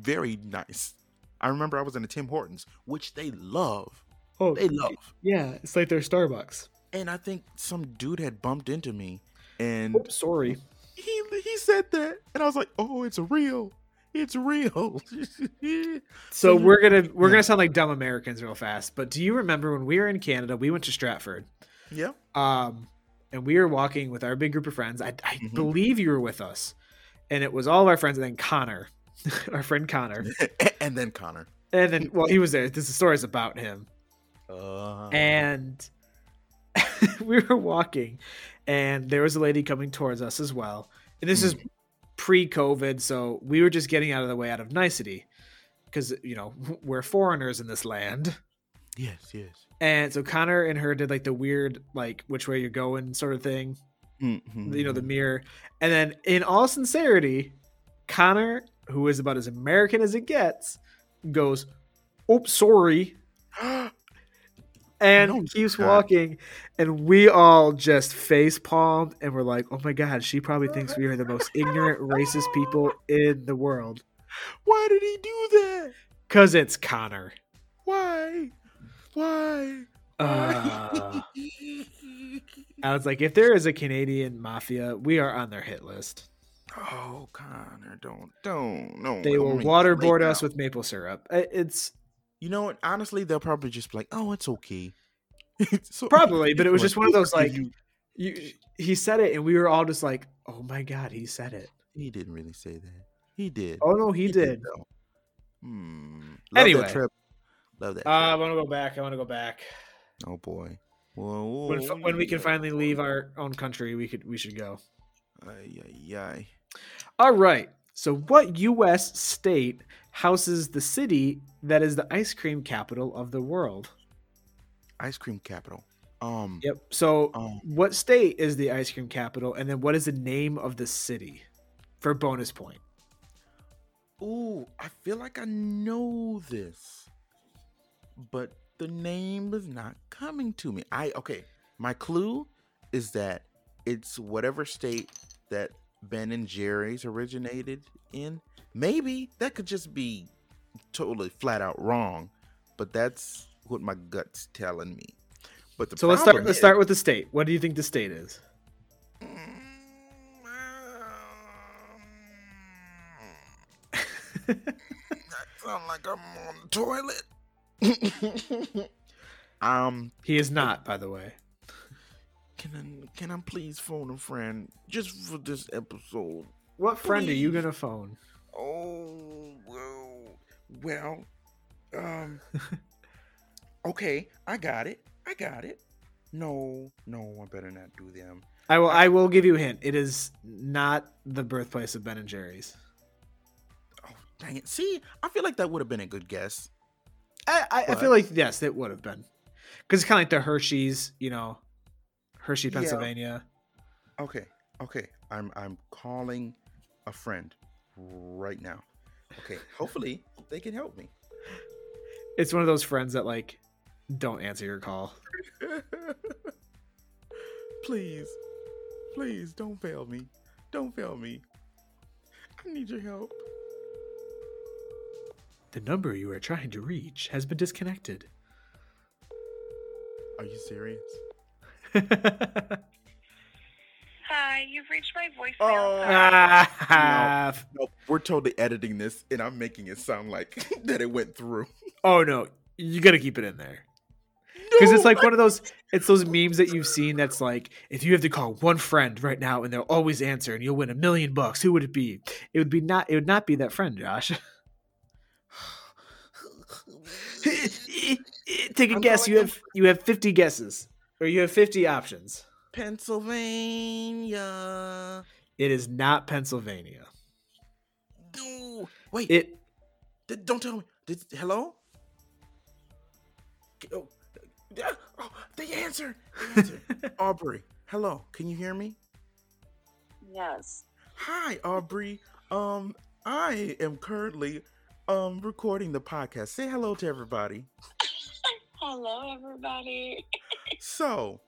very nice. I remember I was in a Tim Hortons, which they love. Oh, They love. yeah. It's like their Starbucks. And I think some dude had bumped into me and Oops, sorry. he he said that and I was like, "Oh, it's real. It's real." So Mhm. we're gonna we're gonna sound like dumb Americans real fast. But do you remember when we were in Canada? We went to Stratford. yeah. um, and we were walking with our big group of friends. I, I Mhm. believe you were with us, and it was all of our friends, and then Connor, our friend Connor, and then Connor. and then well, he was there. This story is about him, Uh, and we were walking, and there was a lady coming towards us as well, and this is pre-COVID, so we were just getting out of the way out of nicety, because you know we're foreigners in this land. Yes, yes. And so Connor and her did like the weird like which way you're going sort of thing, Mhm. Mm-hmm. you know, the mirror. And then in all sincerity, Connor, who is about as American as it gets, goes, "Oops, sorry." And No, it's keeps not. walking, and we all just face palmed, and we're like, "Oh my god, she probably thinks we are the most ignorant, racist people in the world." Why did he do that? Cause it's Connor. Why? Why? Uh, I was like, if there is a Canadian mafia, we are on their hit list. Oh, Connor, don't, don't, no. They will waterboard us with maple syrup. I- It's You know what? Honestly, they'll probably just be like, "Oh, it's okay." So- Probably, but it was Like, just one of those, "Look at like- you. He said it, and we were all just like, "Oh my god, he said it." he didn't really say that. He did. Oh no, he did. though. Hmm. Love Anyway. that trip. Love that. Uh, I trip. want to go back. I want to go back. oh boy. Whoa, When, whoa, when we can yeah. finally leave uh our own country, we could we should go. Ay, ay, ay. All right. So, what U.S. state houses the city that is the ice cream capital of the world? Ice cream capital. Um. Yep. So, Um. what state is the ice cream capital, and then what is the name of the city for bonus point? Ooh, I feel like I know this, but the name is not coming to me. I okay. My clue is that it's whatever state that Ben and Jerry's originated in. Maybe that could just be totally flat out wrong, but that's what my gut's telling me. But the So let's start. problem Let's is- start with the state. What do you think the state is? I sound like I'm on the toilet. um, He is not, by the way. can I can I please phone a friend just for this episode? What friend are you gonna phone? Oh well, well, um, okay, I got it, I got it. No, no, I better not do them. I will. I will give you a hint. It is not the birthplace of Ben and Jerry's. Oh dang it! See, I feel like that would have been a good guess. I, I, I What? feel like yes, it would have been, because it's kind of like the Hershey's. You know, Hershey, Yeah. Pennsylvania. Okay, okay. I'm I'm calling a friend right now. Okay, hopefully they can help me. It's one of those friends that like don't answer your call. please, please don't fail me. Don't fail me. I need your help. The number you are trying to reach has been disconnected. Are you serious? Hi, you've reached my voicemail. Oh. service. Ah, Nope. We're totally editing this, and I'm making it sound like that it went through. Oh no, you gotta keep it in there. because it's like one of those it's those memes that you've seen that's like if you have to call one friend right now and they'll always answer and you'll win a million bucks who would it be it would be not it would not be that friend josh take a I'm guess going you have you have 50 guesses or you have 50 options Pennsylvania. it is not pennsylvania No. Wait. it D- don't tell me. Did, hello? K- Oh, yeah, oh, they answered. They answered. Aubrey, hello. Can you hear me? Yes. Hi, Aubrey. Um, I am currently um recording the podcast. Say hello to everybody. Hello, everybody. So,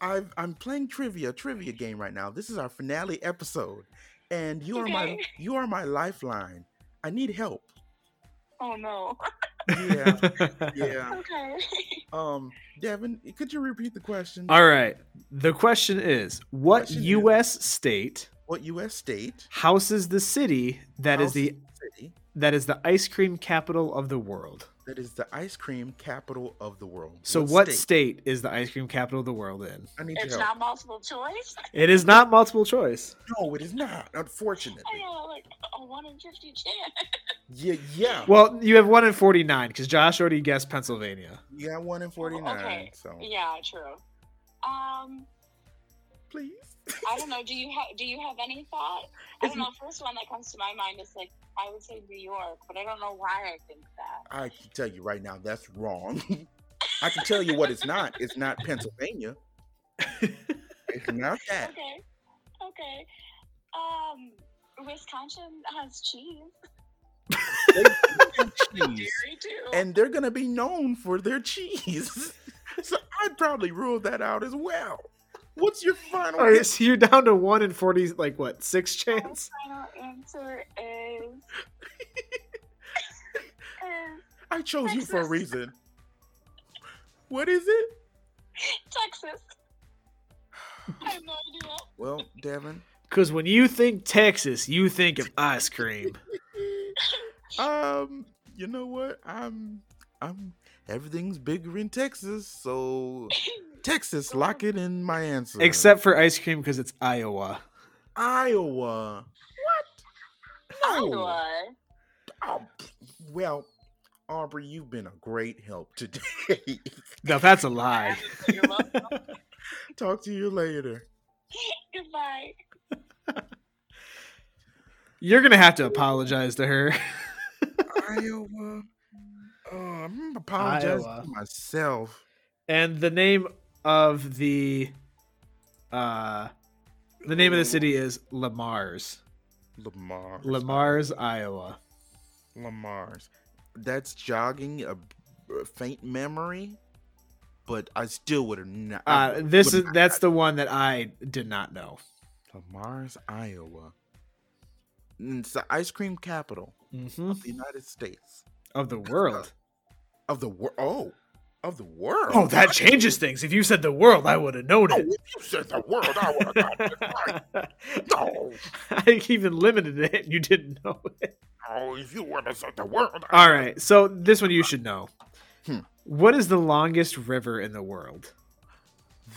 I've I'm playing trivia trivia game right now. This is our finale episode, and you are my Okay. you are my lifeline. I need help. Oh no. Yeah, yeah. Okay. Um, Devin, could you repeat the question? all right the question is what Question is- us state what U.S. state? houses the city that is House the city that is the ice cream capital of the world that is the ice cream capital of the world. So what, state? is the ice cream capital of the world in? I need It's your help. not multiple choice. It is not multiple choice. No, it is not. Unfortunately. I got like a one in fifty chance. Yeah, yeah. Well, you have one in 49 because Josh already guessed Pennsylvania. You got one in forty nine. Oh, okay. So Yeah, true. Um, please. I don't know. Do you have Do you have any thought? I don't know. First one that comes to my mind is like I would say New York, but I don't know why I think that. I can tell you right now, that's wrong. I can tell you what it's not. It's not Pennsylvania. It's not that. Okay. Okay. Um, Wisconsin has cheese. They love cheese, Dairy too. and they're gonna be known for their cheese. so I'd probably rule that out as well. What's your final? All right, so you're down to one in forty, like what, six chance? My final answer is. um, is I chose you for a Texas. reason. What is it? Texas. I have no idea. Well, Devin, Because when you think Texas, you think of ice cream. um, you know what? I'm, I'm. Everything's bigger in Texas, so Texas, lock it in my answer. Except for ice cream because it's Iowa. Iowa. What? No. Iowa. Oh, well, Aubrey, you've been a great help today. No, that's a lie. You're welcome. Talk to you later. Goodbye. You're gonna have to apologize to her. Iowa. Oh, I'm apologizing Iowa. to myself. And the name of the uh the name of the city is Lamar's. Lamar. Lamar's, Iowa. Lamar's. That's jogging a, a faint memory, but I still would have not. I Uh, this is would've- that's the one that I did not know. Lamar's, Iowa. And It's the ice cream capital hmm of the United States. Of the world. Of the world. Oh, of the world. Oh, that changes things. If you said the world, I would have known Oh, it. if you said the world, I would have gotten it right. No. I even limited it. You didn't know it. Oh, if you would have said the world. I- All right. So this one you should know. Hmm. What is the longest river in the world?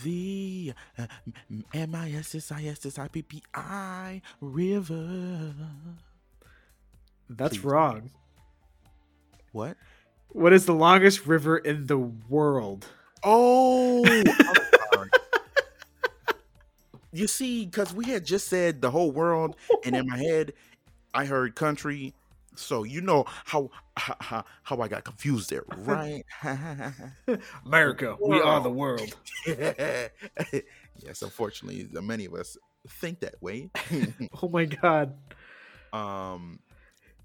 The uh, M I S S I S S I P P I River. That's Please. wrong. What? What is the longest river in the world? Oh. I'm sorry. you see, because we had just said the whole world, and in my head, I heard country. So you know how how, how I got confused there, right? America, we are the world. yes, unfortunately, the many of us think that way. Oh my god. um,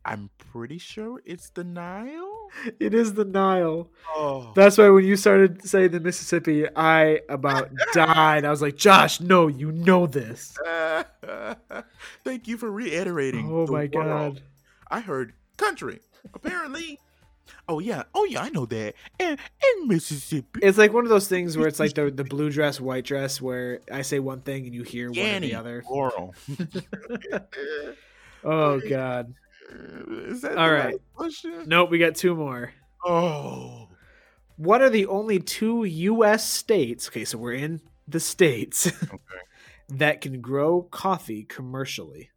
I'm pretty sure it's the Nile. It is the Nile. Oh, That's why when you started saying the Mississippi, I about died. I was like, Josh, no, you know this. thank you for reiterating. Oh the my world. god. I heard country. Apparently, oh yeah, oh yeah, I know that. And and Mississippi. It's like one of those things where it's like the, the blue dress, white dress, where I say one thing and you hear one or Yanny, the other. Laurel. Oh god. Is that All the right. right question? Nope, we got two more. Oh, What are the only two U.S. states? Okay, so we're in the states that can grow coffee commercially.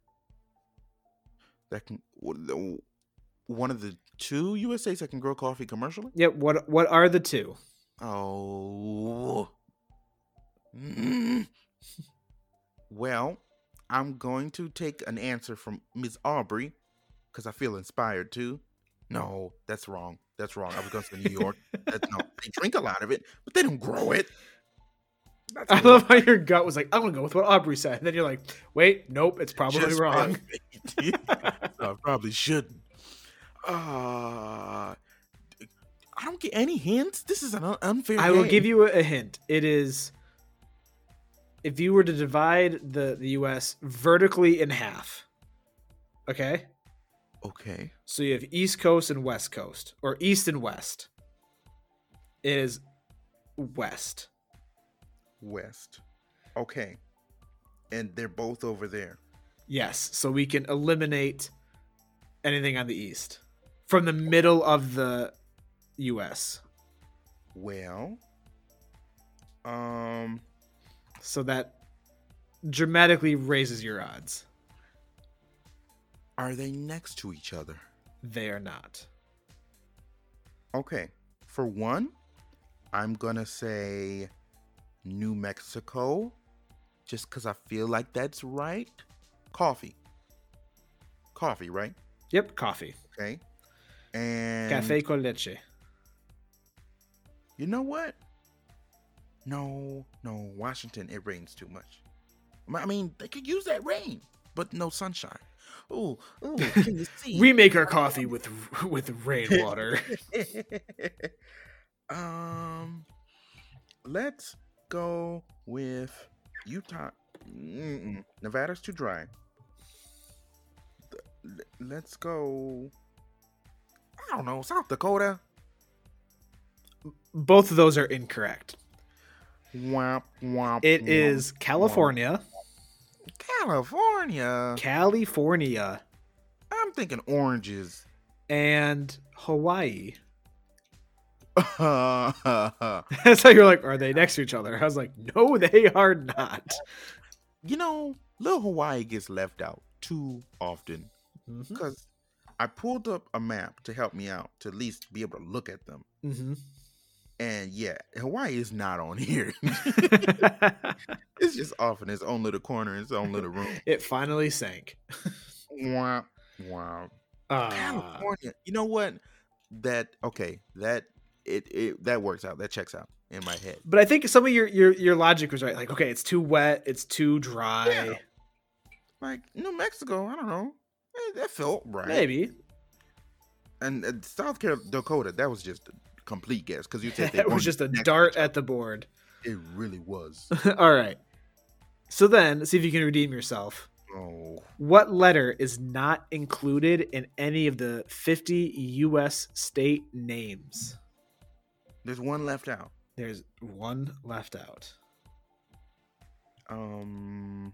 that can one of the two USA's that can grow coffee commercially. Yep. What What are the two? Oh. Mm. Well, I'm going to take an answer from Ms. Aubrey because I feel inspired to. No, that's wrong. That's wrong. I was going to say New York. That's, no, they drink a lot of it, but they don't grow it. That's I wrong. love how your gut was like, "I'm gonna go with what Aubrey said," and then you're like, "Wait, nope, it's probably Just wrong." right. I probably shouldn't. Uh, I don't get any hints. This is an un- unfair. I will game. give you a hint. It is if you were to divide the the U.S. vertically in half. Okay, Okay. so you have East Coast and West Coast, or East and West. It is West. west. Okay. And they're both over there. Yes, so we can eliminate anything on the east from the middle of the US. Well, um, So that dramatically raises your odds. are they next to each other? They are not. Okay. For one, I'm going to say New Mexico just cuz I feel like that's right. Coffee. Coffee, right? Yep, coffee. Okay. And Cafe con leche. You know what? No, no, Washington, it rains too much. I I mean, they could use that rain, but no sunshine. Ooh, ooh, can you see? We make our coffee with with rainwater. um, let's go with Utah. Mm-mm. Nevada's too dry. Th- le- Let's go. I don't know, South Dakota. Both of those are incorrect. Womp womp. It womp. is California, California. California, I'm thinking oranges. and Hawaii. you That's how you're like, are they next to each other? I was like, no, they are not. know, little Hawaii gets left out too often Mm-hmm. because I pulled up a map to help me out to at least be able to look at them. And yeah, Hawaii is not on here. it's just off in its own little corner, its own little room. Mm-hmm. it finally sank. Wow, wow. Uh, California. You know what? That okay. That it, it that works out. That checks out in my head. but I think some of your, your your logic was right. Like, okay, it's too wet, it's too dry. Yeah. Like New Mexico. I don't know. Eh, That felt right. Maybe. and uh, South Carolina, Dakota, that was just a complete guess because you said they It won. was just a Next- dart at the board. It really was. All right. So then, see if you can redeem yourself. oh, What letter is not included in any of the 50 U.S. state names? there's one left out. There's one left out. Um,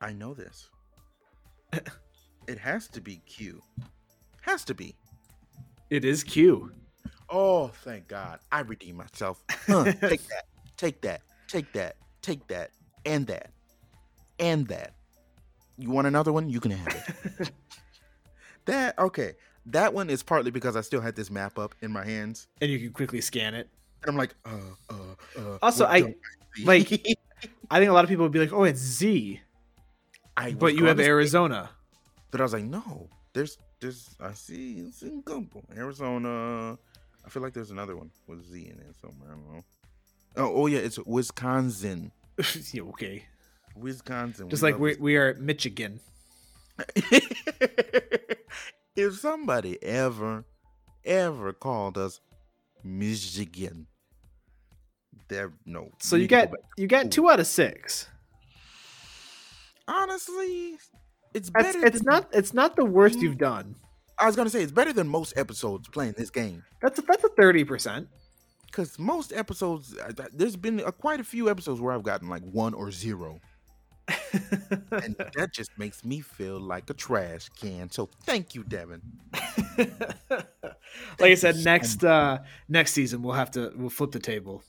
I know this. it has to be Q. Has to be. It is Q. Oh, thank God! I redeemed myself. Huh, take that. Take that. Take that. Take that. And that. And that. You want another one? You can have it. That okay. That one is partly because I still had this map up in my hands, and you can quickly scan it. and I'm like, uh, uh, uh. Also, what I- don't see? like, I think a lot of people would be like, "Oh, it's Z," I was but you have gonna say- Arizona. But I was like, no, there's, there's. I see it's in Gumbo, Arizona. I feel like there's another one with Z in it somewhere. I don't know. Oh, oh yeah, it's Wisconsin. yeah, okay. Wisconsin. Just we like love we we are at Michigan. Wisconsin. if somebody ever, ever called us Michigan, there no. So we you need to got go back. you got two out of six. honestly, it's That's, better. it's than- not it's not the worst you've done. I was gonna say it's better than most episodes playing this game That's a, that's a thirty percent. because most episodes I- I- there's been a, quite a few episodes where I've gotten like one or zero, and that just makes me feel like a trash can. So thank you, Devin. like I said, next uh next season we'll have to we'll flip the table,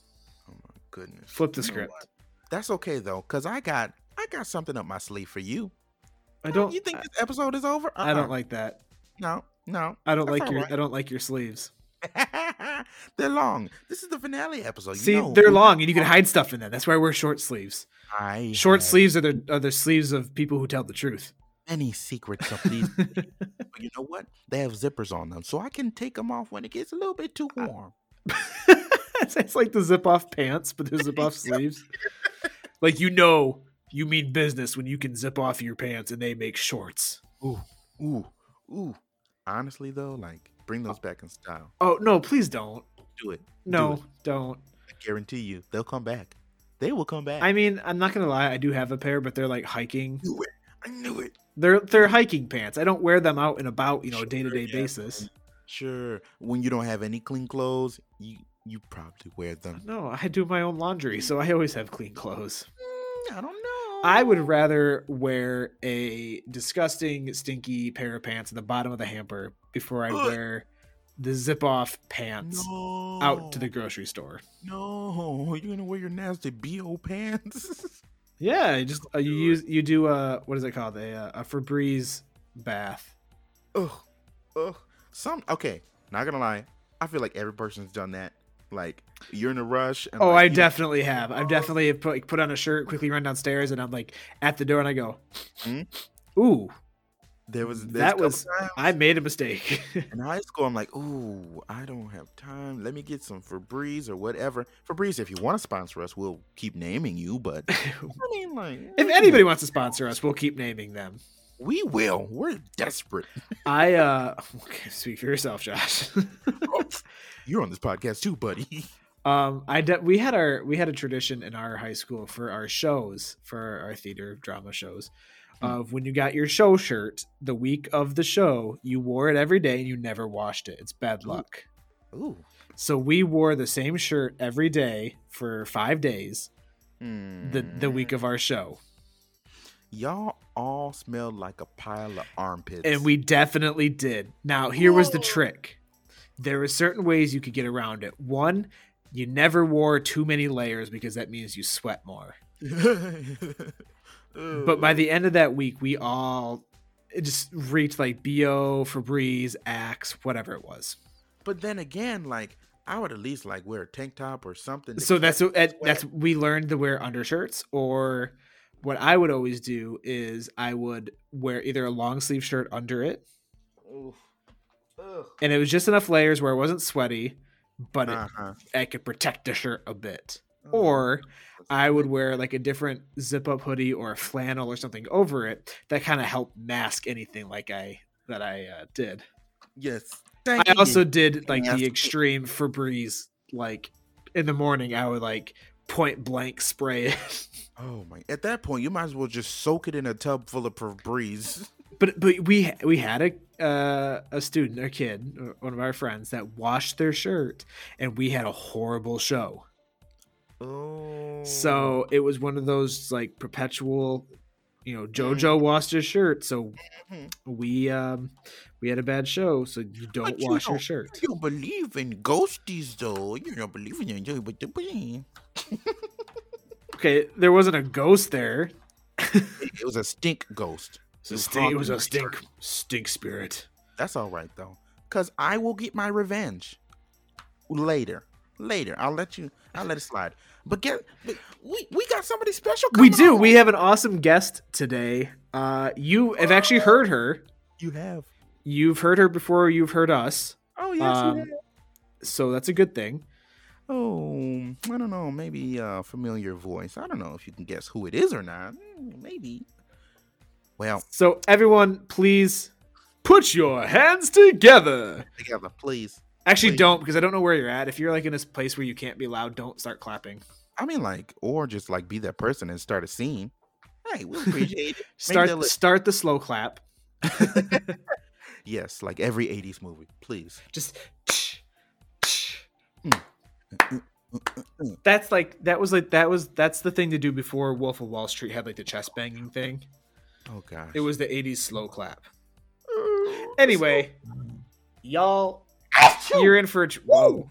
Oh my goodness. flip You the know script. what? That's okay though, cause I got I got something up my sleeve for you. Oh, I don't. You think this episode is over? I, I don't Uh-uh. like that. No, no. I don't That's like your all I don't like your sleeves. right. they're long. This is the finale episode. You See, know they're we- long and you can hide stuff in them. That's why I wear short sleeves. I Short have sleeves are the are the sleeves of people who tell the truth. Many secrets of these. but you know what? They have zippers on them, so I can take them off when it gets a little bit too Uh, warm. it's, it's like the zip off pants, but the zip off sleeves. Like you know, you mean business when you can zip off your pants and they make shorts. Ooh, ooh. Honestly though, like bring those back in style. Oh no, please don't. Do it. No, Do it. don't. I guarantee you, they'll come back. They will come back. I mean, I'm not gonna lie, I do have a pair, but they're like hiking. knew it. I knew it. They're they're hiking pants. I don't wear them out and about, you know, Sure, day to day yeah. basis. Sure. When you don't have any clean clothes, you you probably wear them. No, I do my own laundry, so I always have clean clothes. Mm, I don't know. I would rather wear a disgusting, stinky pair of pants in the bottom of the hamper before I Ugh. wear the zip off pants no. out to the grocery store. No, you're gonna wear your nasty bo pants. Yeah, you just uh, you use you do a what is it called a uh, a Febreze bath. ugh, ugh. Some okay. Not gonna lie, I feel like every person's done that. Like you're in a rush. And Oh, like, I you- definitely have. I've definitely put like, put on a shirt, quickly run downstairs, and I'm like at the door, and I go, Hmm? "Ooh, There was there's a that couple was times I made a mistake. in high school. I'm like, ooh, I don't have time. Let me get some Febreze or whatever. Febreze, if you want to sponsor us, we'll keep naming you. But I mean, like, if anybody wants to sponsor us, we'll keep naming them. we will. We're desperate. I uh okay, speak for yourself, Josh. You're on this podcast too, buddy. um I de- we had our we had a tradition in our high school for our shows, for our theater drama shows. Hmm. Of when you got your show shirt the week of the show, you wore it every day and you never washed it. It's bad Ooh. luck. Ooh. So we wore the same shirt every day for five days the, the week of our show. Y'all all smelled like a pile of armpits. And we definitely did. Now, here was the Whoa. trick there were certain ways you could get around it. One, you never wore too many layers because that means you sweat more. But by the end of that week, we all it just reeked like BO, Febreze, Axe, whatever it was. but then again, like I would at least like wear a tank top or something. to so keep that's it what that- sweat. that's we learned to wear undershirts or what i would always do is i would wear either a long sleeve shirt under it and it was just enough layers where i wasn't sweaty but it, Uh-huh. i could protect the shirt a bit Oh, or i would wear like a different zip up hoodie or a flannel or something over it that kind of helped mask anything like i that i uh, did yes. I Thank also you. did like Nasty. the extreme Febreze. Like in the morning, I would like point blank spray it. Oh my! At that point, you might as well just soak it in a tub full of Febreze. but but we we had a uh, a student, a kid, uh, one of our friends that washed their shirt, and we had a horrible show. Oh. So it was one of those like perpetual, you know, JoJo Mm-hmm. washed his shirt, so Mhm. we um we had a bad show. So you don't But you wash your know, shirt. you don't believe in ghosties, though. You don't believe in it, but the Okay, there wasn't a ghost there. it was a stink ghost. It was a It stink, it haunted was a my stink stink spirit. That's all right though, cause I will get my revenge later. Later, I'll let you. I'll let it slide. But get, but we we got somebody special. coming we do. on. We have an awesome guest today. Uh, you have actually heard her. You have. You've heard her before. You've heard us. Oh yes. you Um, have. So that's a good thing. Oh, I don't know. Maybe a familiar voice. I don't know if you can guess who it is or not. Mm, Maybe. Well, So everyone, please put your hands together. together, please. Actually, Please. don't because I don't know where you're at. If you're like in this place where you can't be loud, don't start clapping. I mean, like, or just like be that person and start a scene. Hey, we appreciate it. they'll Start listen. start the slow clap. Yes, like every '80s movie, please. Just. That's like that was like that was that's the thing to do before Wolf of Wall Street had like the chest banging thing. Oh gosh. It was the 80s slow clap. Oh, Anyway, y'all, Achoo! you're in for a. tr- Whoa.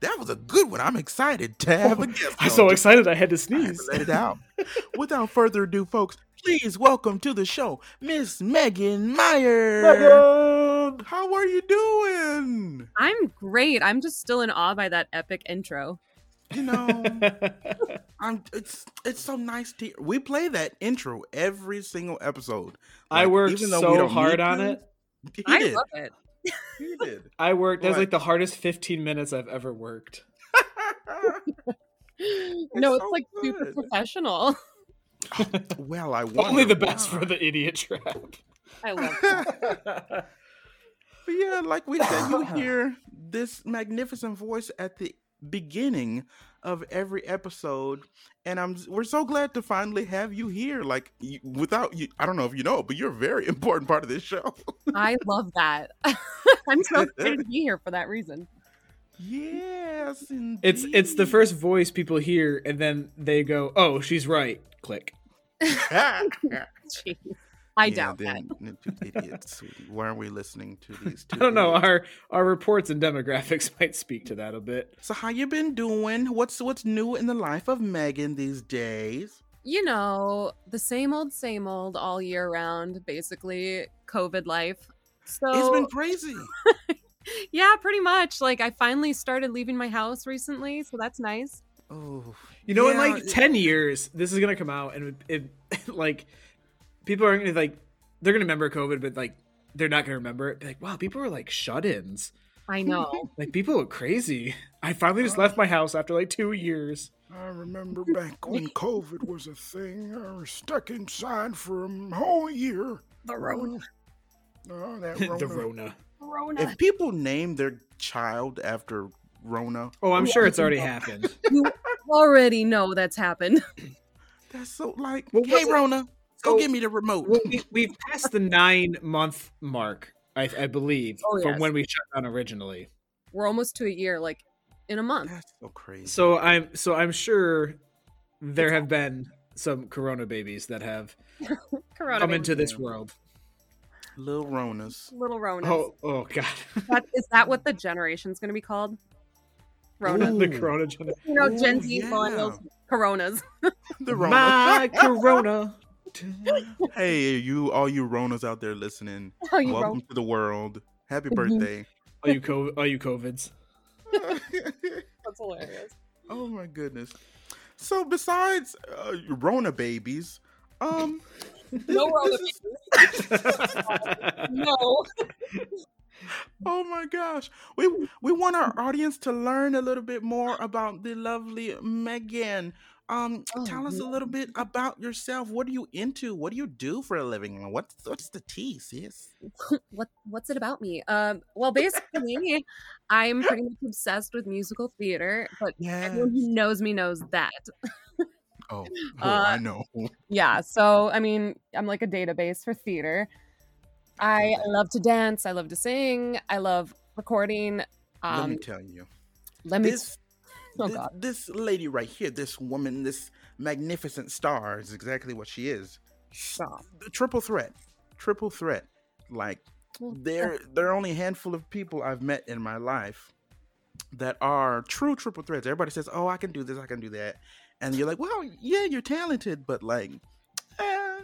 That was a good one. I'm excited to have a guest. Oh, I'm on. so excited I had to I had sneeze. to Let it out. Without further ado, folks, please welcome to the show, Miss Megan Meyer. Megan! How are you doing? I'm great. I'm just still in awe by that epic intro. You know, I'm. It's it's so nice to. We play that intro every single episode. I Like, worked even though we so don't hard need on to, it. He I did. love it. He did. I worked. That was What? like the hardest 15 minutes I've ever worked. no, It's it's so like super good. professional. well, I wonder Only the best why. for the idiot trap. I love it. but yeah, like we said, you hear this magnificent voice at the beginning of every episode, and I'm we're so glad to finally have you here. Like you, without you, I don't know if you know, but you're a very important part of this show. I love that. I'm so excited to be here for that reason. yes, It's it's the indeed. first voice people hear, and then they go, "Oh, she's right." Click. Jeez. I Yeah, doubt that. then, n- two idiots. Why are we listening to these two? I don't know. idiots? Our our reports and demographics might speak to that a bit. So how you been doing? What's what's new in the life of Megan these days? You know, the same old, same old all year round, basically COVID life. So It's been crazy. yeah, pretty much. Like I finally started leaving my house recently, so that's nice. Oh, You know, in yeah, like it- ten years, this is gonna come out, and it, it like people are gonna like they're gonna remember COVID, but like they're not gonna remember it. Be like, wow, people were like shut-ins. I know. Like people were crazy. I finally just left my house after like two years. I remember back when COVID was a thing. I was stuck inside for a whole year. the Oh, that the Rona. Rona. If people name their child after Rona, Oh, I'm sure it's already happened. You already know that's happened. that's so like, Well, hey what's- Rona, go so- give me the remote. well, we, we've passed the nine month mark, I, I believe, Oh, from yes. when we shut down originally. We're almost to a year, like in a month. that's so crazy. So I'm so I'm sure there have been some Corona babies that have Corona. come baby. into this world. Little Ronas. Little Ronas. Oh, oh God! That, is that what the generation's going to be called? Rona. the Corona. gen- you know, Ooh, Gen Z, yeah. millennials, Coronas. The Rona. My Corona. Hey, you, all you Ronas out there listening, Oh, you welcome wrote to the world. Happy Mhm. birthday. All you co- all you covids. that's hilarious. oh my goodness. So besides uh, Rona babies, um, No Rona this babies. is- No. oh my gosh, we we want our audience to learn a little bit more about the lovely Megan. Um, Oh, tell us a little bit about yourself. What are you into? What do you do for a living? What's what's the tea, sis? What what's it about me? Um well basically I'm pretty much obsessed with musical theater, but Yeah. everyone who knows me knows that. Oh, oh Uh, I know. Yeah, so I mean, I'm like a database for theater. I love to dance, I love to sing, I love recording. Um Let me tell you. let me This Oh, this, God. this lady right here, this woman, this magnificent star is exactly what she is. stop. The triple threat. Triple threat. Like Well, there there are only a handful of people I've met in my life that are true triple threats. Everybody says, "Oh, I can do this, I can do that." And you're like, "Well, yeah, you're talented, but like eh,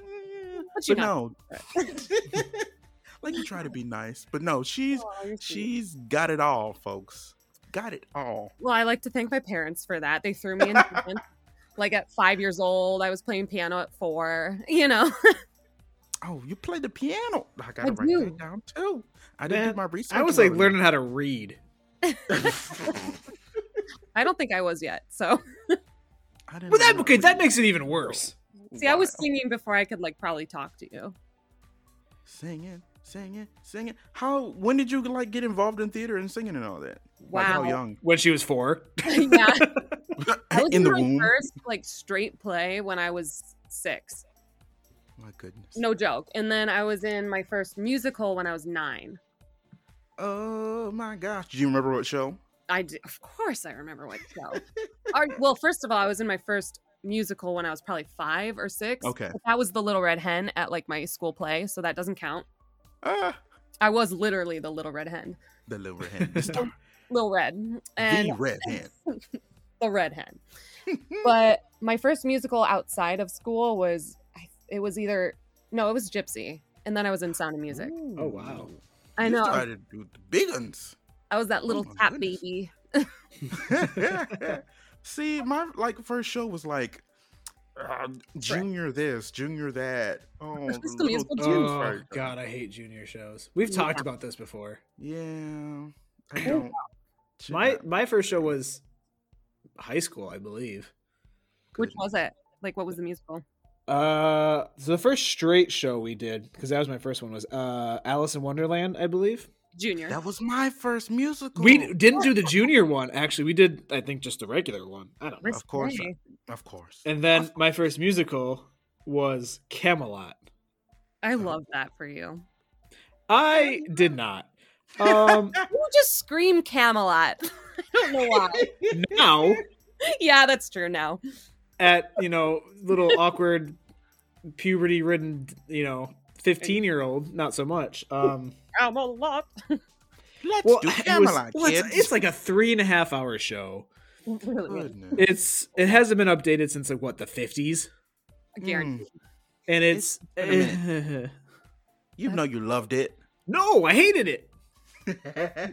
But you're but not no." like you try to be nice, but no, she's Oh, you're sweet. she's got it all, folks. Got it all. Well, I like to thank my parents for that. They threw me in band, like at five years old. I was playing piano at four. You know, Oh, you play the piano. I gotta I write do. that down too. I didn't Man, do my research. I was well like enough. learning how to read. I don't think I was yet. So, I didn't Well, that learn okay, that reading. makes it even worse. see, I was Wow. singing before I could like probably talk to you. singing, singing, singing. How? When did you like get involved in theater and singing and all that? Like, how Wow. young? When she was four. yeah, I was in the my womb. first like straight play when I was six. My goodness. No joke. And then I was in my first musical when I was nine. Oh my gosh. Do you remember what show? I d- of course I remember what show. Our, well, first of all, I was in my first musical when I was probably five or six. Okay. But that was the Little Red Hen at like my school play, so that doesn't count. Ah, I was literally the Little Red Hen, the little red hand. The, star, Little Red, and the red hand. the Red Hen. but my first musical outside of school was I- it was either no, it was Gypsy, and then I was in Sound of Music. Oh wow. I know I to do the big ones. I was that little Oh my tap goodness. baby. See, my like first show was like uh, junior this, junior that. Oh, It's just a little- musical too. Oh Sorry. God, I hate junior shows. We've Yeah. talked about this before. Yeah, I don't. Should My not- my first show was high school, I believe. Which was it? Like what was the musical? Uh, so the first straight show we did because that was my first one was uh Alice in Wonderland, I believe. Junior. that was my first musical. We d- didn't do the junior one actually. We did I think just the regular one. I don't know. of course, uh, Risque. of course. And then my first musical was Camelot. uh, I love that for you. I did not. Um, You just scream Camelot. I don't know why. now yeah, that's true now. at you know little awkward puberty ridden you know 15 year old not so much um Camelot. Let's well, do it was- Camelot, well, it's, kids. it's like a three and a half hour show Really? Goodness. it's it hasn't been updated since like what the 50s Guaranteed. and it's It's been a you know you loved it. no i hated it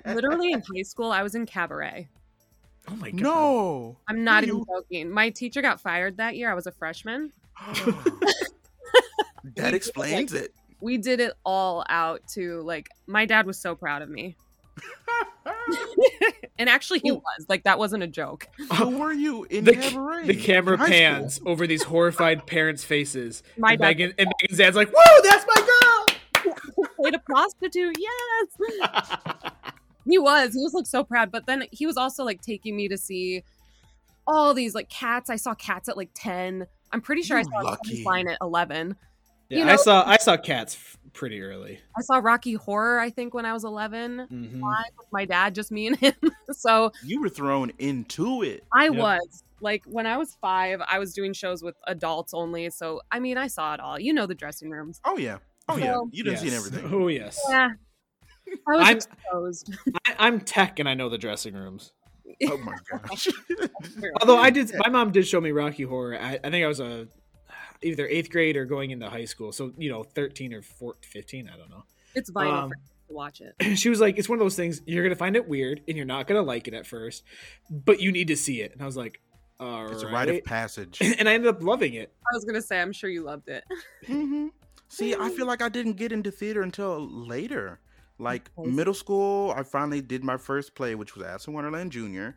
Literally in high school, I was in cabaret. oh my god no. I'm not Were even you- joking. My teacher uh, got fired that year. I was a freshman. that explains it. we did it all out to like my dad was so proud of me. and actually he was. Like that wasn't a joke. Who were you in The ca- cabaret? The camera in high school? pans over these horrified parents' faces. My and dad Megan and Megan's dad's like, "Whoa, that's my played a prostitute. Yes. girl!" He was. He was like so proud. But then he was also like taking me to see all these like cats. I saw cats at like 10. I'm pretty sure I You saw lucky. Sunshine at 11. yeah, You know- I saw I saw cats f- pretty early. I saw Rocky Horror, I think, when I was 11. Mm-hmm. Mhm. My dad, just me and him. So You were thrown into it. I Yep. was like, when I was five, I was doing shows with adults only. So, I mean, I saw it all. You know, the dressing rooms. Oh yeah. Oh yeah. So- You didn't see Yes. everything. Oh yes, Yeah. I was I'm- exposed. I, I'm tech and I know the dressing rooms. Oh my gosh. Although I did, my mom did show me Rocky Horror. I, I think I was a either eighth grade or going into high school, so you know, thirteen or 14, 15, I don't know. It's vital Um, for to watch it. she was like, "It's one of those things you're gonna find it weird and you're not gonna like it at first, but you need to see it." And I was like, "All It's a right." rite of passage. and I ended up loving it. I was going to say, I'm sure you loved it. hmm See, I feel like I didn't get into theater until later. Like Okay. middle school, I finally did my first play, which was Alice in Wonderland Jr.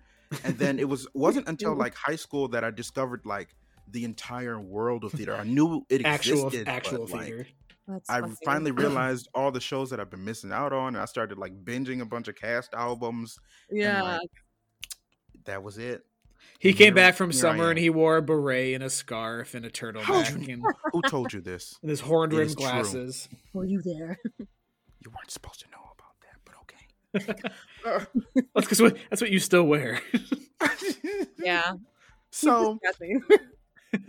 And then it was wasn't until like high school that I discovered like the entire world of theater. I knew it Actual, existed. but, actual like, theater. That's I funny. finally realized all the shows that I've been missing out on, and I started like binging a bunch of cast albums. Yeah. That was it. He and came here- back from here I summer and am. he wore a beret and a scarf and a How turtleneck you- and, Who told you this? and his horned It rimmed is true. glasses. Were you there? You weren't supposed to know about that, but okay. That's because what, that's what you still wear. Yeah. So Nothing.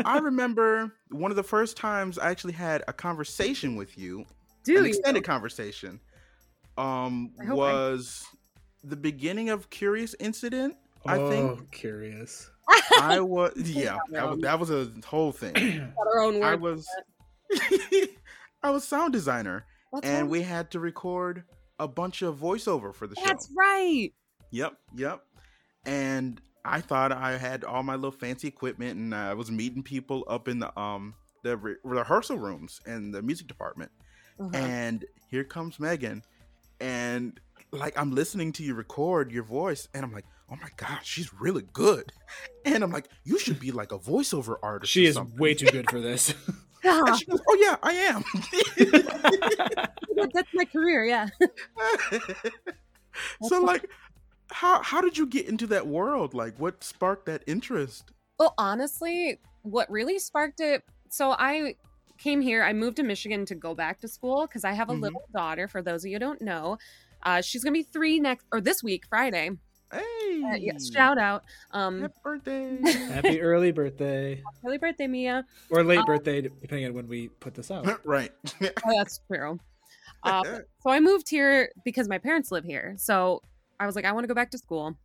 I remember one of the first times I actually had a conversation with you, an Do you? extended conversation, um, I hope I- was the beginning of Curious Incident. I think- Oh, curious. I was, yeah, that was, that was a whole thing. Got our own I word. was, I was sound designer, That's and right. we had to record a bunch of voiceover for the show. That's right. Yep, yep. And I thought I had all my little fancy equipment, and I was meeting people up in the um the re- rehearsal rooms and the music department. Uh-huh. And here comes Megan, and like I'm listening to you record your voice, and I'm like, oh my gosh, she's really good. And I'm like, you should be like a voiceover artist. She or is something." way too good for this. Yeah, And she goes, oh yeah, I am. that- that's my career. Yeah. so like, how how did you get into that world? Like, what sparked that interest? Well, honestly, what really sparked it. So I came here. I moved to Michigan to go back to school because I have a Mhm. little daughter. For those of you who don't know, uh, she's gonna be three next or this week, Friday. Hey! Uh, yeah, shout out. Um, Happy birthday! Happy early birthday happy birthday, Mia. or late birthday, depending on when we put this out. right. Oh, that's true. Uh, so I moved here because my parents live here. So I was like, I want to go back to school.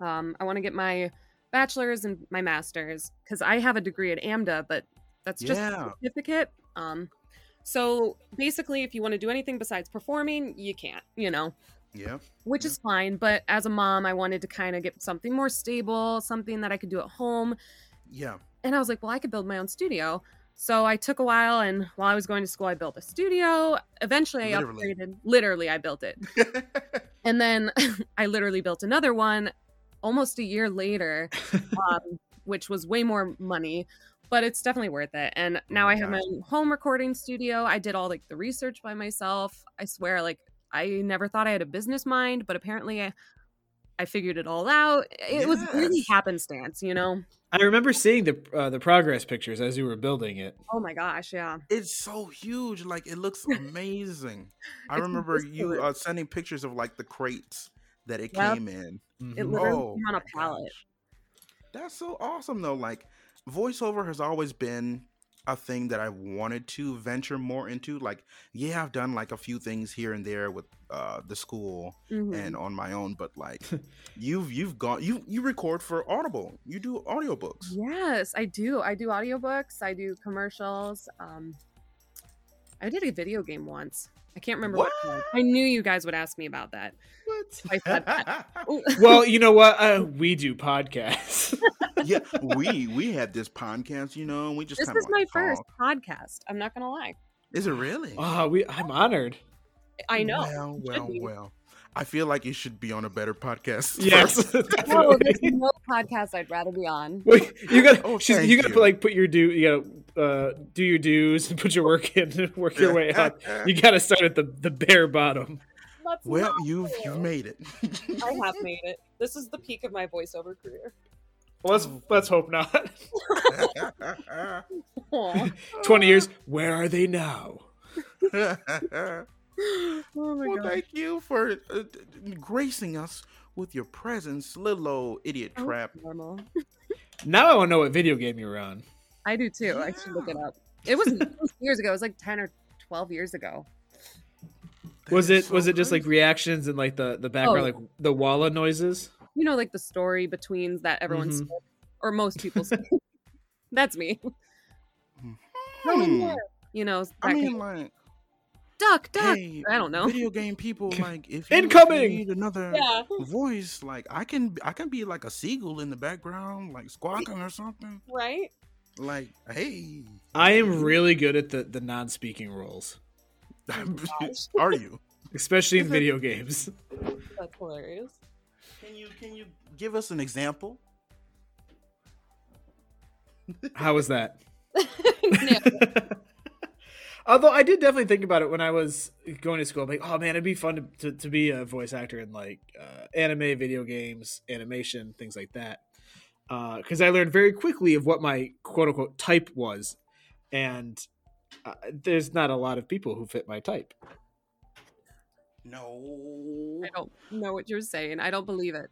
Um, I want to get my bachelor's and my master's because I have a degree at AMDA, but that's just Yeah. a certificate. Um, so basically, if you want to do anything besides performing, you can't, you know, yeah. which is fine. But as a mom, I wanted to kind of get something more stable, something that I could do at home Yeah. and I was like, well, I could build my own studio. So I took a while, and while I was going to school, I built a studio. Eventually, I Literally. upgraded. Literally, I built it, and then I literally built another one almost a year later, um, which was way more money, but it's definitely worth it. And now Oh my I have my gosh. own home recording studio. I did all like the research by myself. I swear, like I never thought I had a business mind, but apparently, I, I figured it all out. It was really Yes. happenstance, you know. I remember seeing the uh, the progress pictures as you were building it. Oh my gosh, yeah. It's so huge. Like it looks amazing. I It's remember you ridiculous. uh, sending pictures of like the crates that it Yep. came in. It Mhm. literally Oh came on a my pallet. gosh. That's so awesome though. Like voiceover has always been a thing that I wanted to venture more into. Like, yeah, I've done like a few things here and there with uh the school Mhm. and on my own, but like you've you've gone you you record for Audible. You do audiobooks. Yes, I do. I do audiobooks, I do commercials. Um I did a video game once. I can't remember what, it was. I knew you guys would ask me about that. I said that. Ooh. well, you know what? Uh, we do podcasts. yeah, we we had this podcast, you know, and we just this kinda is my like first talk. podcast. I'm not gonna lie. Is it really? Oh, we I'm honored. I know. Well, well, be. well. I feel like you should be on a better podcast. Yes. No, definitely. there's no podcast I'd rather be on. Wait, you gotta, Oh, she's, thank you gotta you. put, like put your do, you gotta uh, do your dues and put your work in, and work your way up. You gotta start at the the bare bottom. That's well, not you've fair. you've made it. I have made it. This is the peak of my voiceover career. Let's let's hope not. Aw. Twenty years. Where are they now? oh my well, god. thank you for uh, d- d- gracing us with your presence, little old idiot Oh, trap. Normal. Now I want to know what video game you were on. I do too. I should look it up. It was it was years ago. It was like ten or twelve years ago. That Was is it so was it just like crazy. reactions and like the the background Oh. like the walla noises? You know, like the story betweens that everyone's Mhm. or most people. skip. That's me. No, no Hmm. more. You know, that I kind- mean, like, duck, duck. hey, I don't know. Video game people, like, if you, Incoming! if you need another Yeah. voice, like, I can, I can be like a seagull in the background, like squawking or something. Right. Like, hey, I am really good at the the non speaking roles, are you? especially in Is it- video games. That's hilarious. Can you can you give us an example? How was that? Yeah. Although I did definitely think about it when I was going to school. I'm like, oh man, it'd be fun to, to, to be a voice actor in like uh, anime, video games, animation, things like that. Because I learned very quickly of what my quote unquote type was. And uh, there's not a lot of people who fit my type. No I don't know what you're saying. I don't believe it.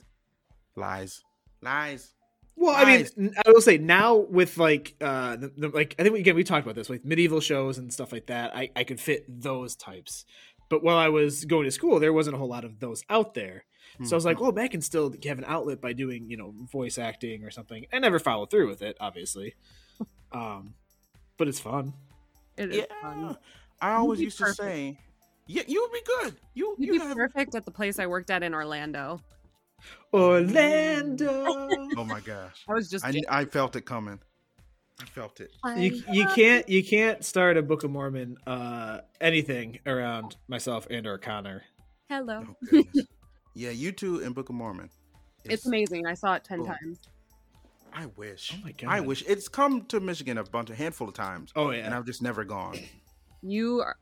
lies, lies. Well, I mean, Nice. n- I will say now with like, uh, the, the, like I think we, again we talked about this, like medieval shows and stuff like that. I I could fit those types, but while I was going to school, there wasn't a whole lot of those out there. Hmm. So I was like, oh, man, I can still have an outlet by doing you know voice acting or something. I never followed through with it, obviously, um, but it's fun. It is yeah. fun. I You'd always be used perfect. to say, yeah, you would be good. You You'd you, be have. perfect at the place I worked at in Orlando. Orlando, Oh my gosh, I was just. I I felt it coming. I felt it. you you can't you can't start a Book of Mormon uh, anything around myself and or Connor. Hello. Oh, goodness. yeah, you two in Book of Mormon. It's amazing. I saw it ten Boom. times. I wish. Oh my I God. wish it's come to Michigan a bunch, a handful of times, Oh yeah, and I've just never gone. You are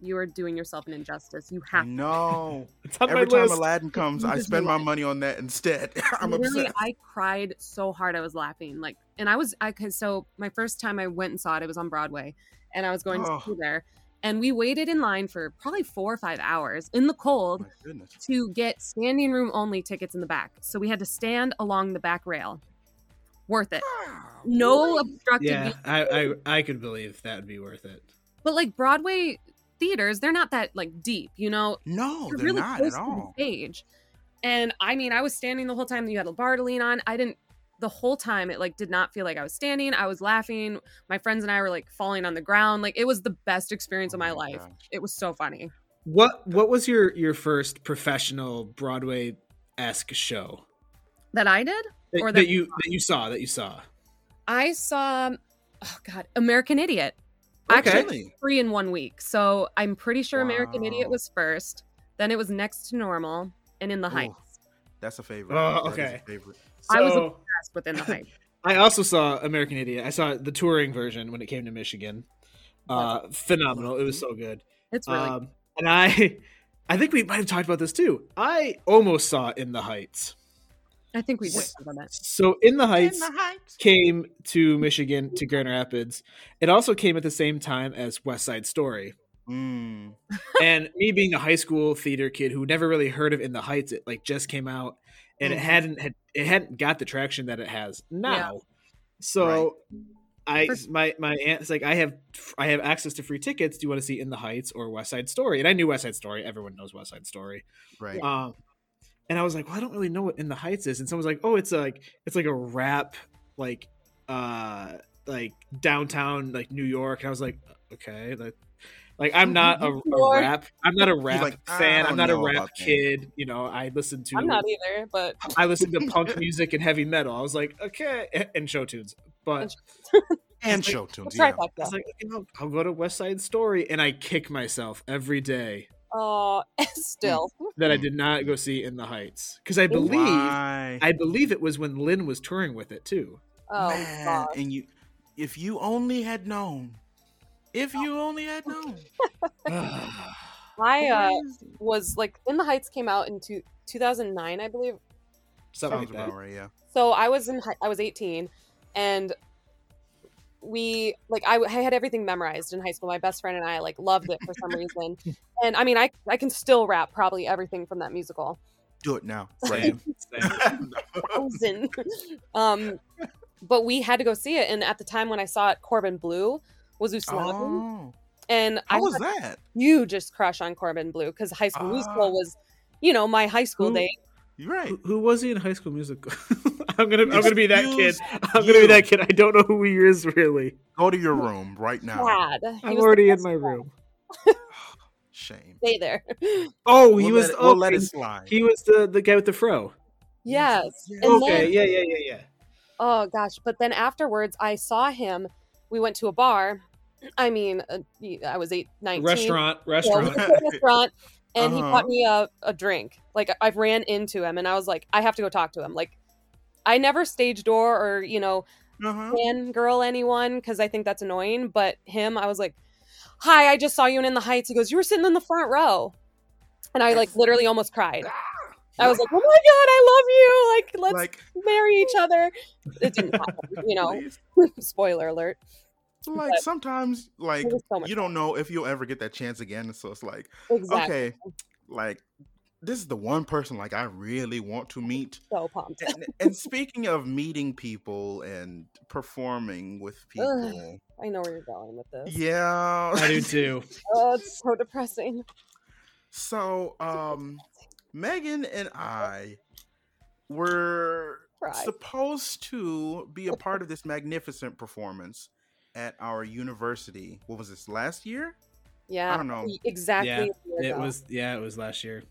you are doing yourself an injustice. You have to. No. it's on Every my time list. Aladdin comes, I Disney spend my money on that instead. I'm Literally, upset. I cried so hard I was laughing. Like, and I was I cause so my first time I went and saw it, it was on Broadway, and I was going Oh. to school there, and we waited in line for probably four or five hours in the cold My goodness. to get standing room only tickets in the back. So we had to stand along the back rail. Worth it. No obstructed yeah view. I, I i could believe that would be worth it But like Broadway theaters, they're not that like deep, you know. No, You're they're really not close at to the all. stage. And I mean, I was standing the whole time that you had a bar to lean on. I didn't the whole time it like did not feel like I was standing. I was laughing. My friends and I were like falling on the ground. Like it was the best experience Oh of my, my life. gosh. It was so funny. what what was your your first professional broadway esque show That I did? that, Or that that- you that you saw that you saw I saw oh god, American Idiot. Actually Really? three in one week. So I'm pretty sure American Idiot Wow. was first. Then it was next to normal and in the Ooh. heights. That's a favorite. Oh, That is a okay. favorite. I was a- So, Last within the heights. I also saw american idiot i saw the touring version when it came to michigan uh phenomenal it was so good It's really Uh, um and i i think we might have talked about this too i almost saw in the heights I think we did s- on that. so in the heights came to michigan to grand rapids it also came at the same time as west side story Mm. and me being a high school theater kid who never really heard of In the Heights, it like just came out and it Mhm. hadn't had it hadn't got the traction that it has now. So I For- my my aunt's like I have I have access to free tickets. Do you want to see In the Heights or West Side Story? And I knew West Side Story. Everyone knows West Side Story. Right. Um, and I was like, well, I don't really know what In the Heights is. And someone's like, oh, it's a, like it's like a rap like uh like downtown like New York. And I was like, okay, like like I'm not a, a York. rap I'm not a Mm-hmm. He's rap like, "I fan. I'm don't not a know rap about that." kid. You know, I listen to I'm not either, but I listen to punk music and heavy metal. I was like, okay, and show tunes, but and like- show tunes. Let's Yeah. start back I was up. like, you know, I'll go to West Side Story, and I kick myself every day Oh, still. that I did not go see In the Heights because Oh, I believe Why? I believe it was when Lynn was touring with it too. Oh, Man, God. and you, if you only had known, if you only had known. My uh, was like In the Heights came out in two, 2009, I believe. Something like Sounds that. about right, yeah. So I was in hi- I was 18 and we like I, I had everything memorized in high school. My best friend and I like loved it for some reason. And I mean, I I can still rap probably everything from that musical. Do it now. Same, same. Thousand. um but we had to go see it and at the time when I saw it Corbin Blue was Uslan Oh, and I how was had that? a hugest crush on Corbin Blue cuz high school Ah. musical was you know, my high school Who- days. You're right. Who- Who was he in High School Musical? I'm gonna I'm gonna be that kid. Excuse I'm gonna be you. that kid. I don't know who he is really. Go to your room right now. Dad. He was I'm the already in best my friend. room. Shame. Stay there. Oh, he We'll was let it, we'll let okay. it slide. He was the the guy with the fro. Yes. Yeah. And okay, then- yeah, yeah, yeah, yeah. Oh gosh! But then afterwards, I saw him. We went to a bar. I mean, uh, I was eight, 19. Restaurant, Yeah, we restaurant. went to a restaurant, and he Uh-huh. bought me a, a drink. Like I ran into him, and I was like, I have to go talk to him. Like I never stage door or you know Uh-huh. fan girl anyone because I think that's annoying. But him, I was like, Hi, I just saw you in In the Heights. He goes, You were sitting in the front row, and I like literally almost cried. I was like, Oh my god, I love you! Like let's like, marry each other. It didn't happen, you know. please. Spoiler alert. like but- sometimes, like It was so much you don't know if you'll ever get that chance again. So it's like, Exactly. okay, like this is the one person like I really want to meet. So pumped. And, and speaking of meeting people and performing with people, I know where you're going with this. yeah, I do too. Oh, it's so depressing. So, um, Megan and I were Cry. supposed to be a part of this magnificent performance at our university. What was this last year? Yeah. E, I don't know. Exactly. Yeah, a year It ago. was yeah, it was last year.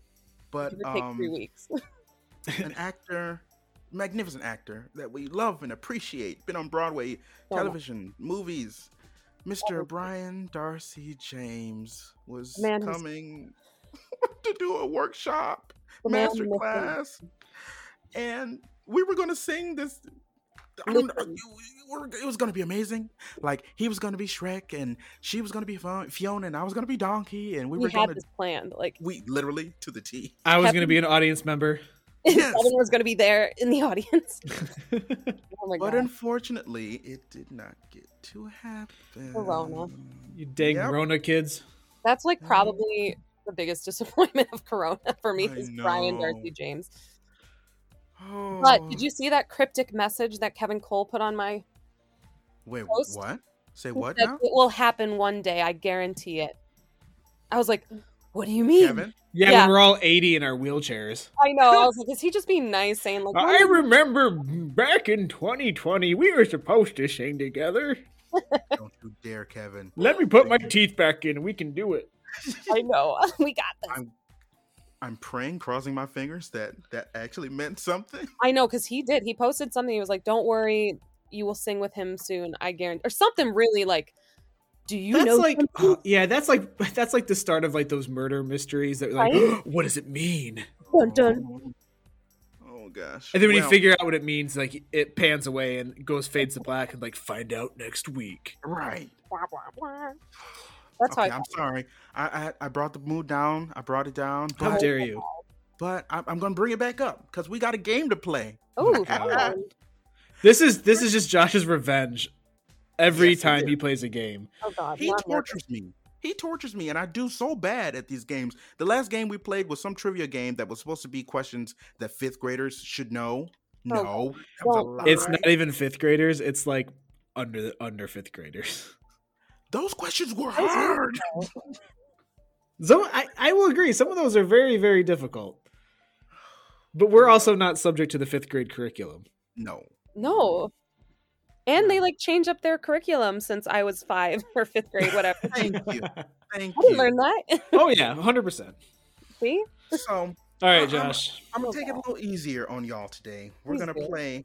But Give or take three um, weeks. an actor, magnificent actor that we love and appreciate, been on Broadway, television, movies. Mr. Everything. Brian Darcy James was Man who's- coming to do a workshop The man master missing. class, and we were going to sing this. I don't know, Listen. we were- it was going to be amazing. Like he was going to be Shrek, and she was going to be Fio- Fiona, and I was going to be Donkey, and we We, were had going to this Oh planned. Like we literally to the T. I was Kevin- gonna be an audience member. Yes. Evan was going to be there in the audience. Oh my But god. unfortunately, it did not get to happen. Corona. you dang Yep. Rona kids. That's Oh. like probably the biggest disappointment of Corona for me I is Brian know. Darcy James. Oh. But did you see that cryptic message that Kevin Cole put on my? wait? post? What? Say He what said, now, It will happen one day. I guarantee it. I was like, what do you mean? Kevin? Yeah, Yeah. we were all eighty in our wheelchairs. I know. I was like, is he just being nice, saying like, I remember back in 2020, we were supposed to sing together. Don't you dare, Kevin. Let me put my teeth back in. We can do it. I know. we got this. I'm- I'm praying, crossing my fingers that that actually meant something. I know because he did. He posted something. He was like, "Don't worry, you will sing with him soon. I guarantee." Or something really like, "Do you that's know?" like, uh, something?" yeah, that's like, that's like the start of like those murder mysteries that like, Right? what does it mean? Dun, dun. Oh gosh. And then when you Well, figure out what it means, like it pans away and goes fades to black and like find out next week. right. Blah, blah, blah. That's okay, how I I'm sorry. I, I I brought the mood down. I brought it down. How But dare you? but I'm, I'm gonna bring it back up because we got a game to play. Oh, God. This is this is just Josh's revenge. Every Yes, it time is. he plays a game, oh god, He now I'm nervous. tortures me. He tortures me, and I do so bad at these games. The last game we played was some trivia game that was supposed to be questions that fifth graders should know. No, that was a Oh, Well, lie. it's not even fifth graders. It's like under the under fifth graders. those questions were hard. So I, I will agree. Some of those are very, very difficult. But we're also not subject to the fifth grade curriculum. No, No. And they like change up their curriculum since I was five or fifth grade, whatever. I thank you, thank didn't learn you. that. oh yeah, hundred percent. See? So All right, Um, Josh. I'm gonna Okay. take it a little easier on y'all today. We're Please gonna do. play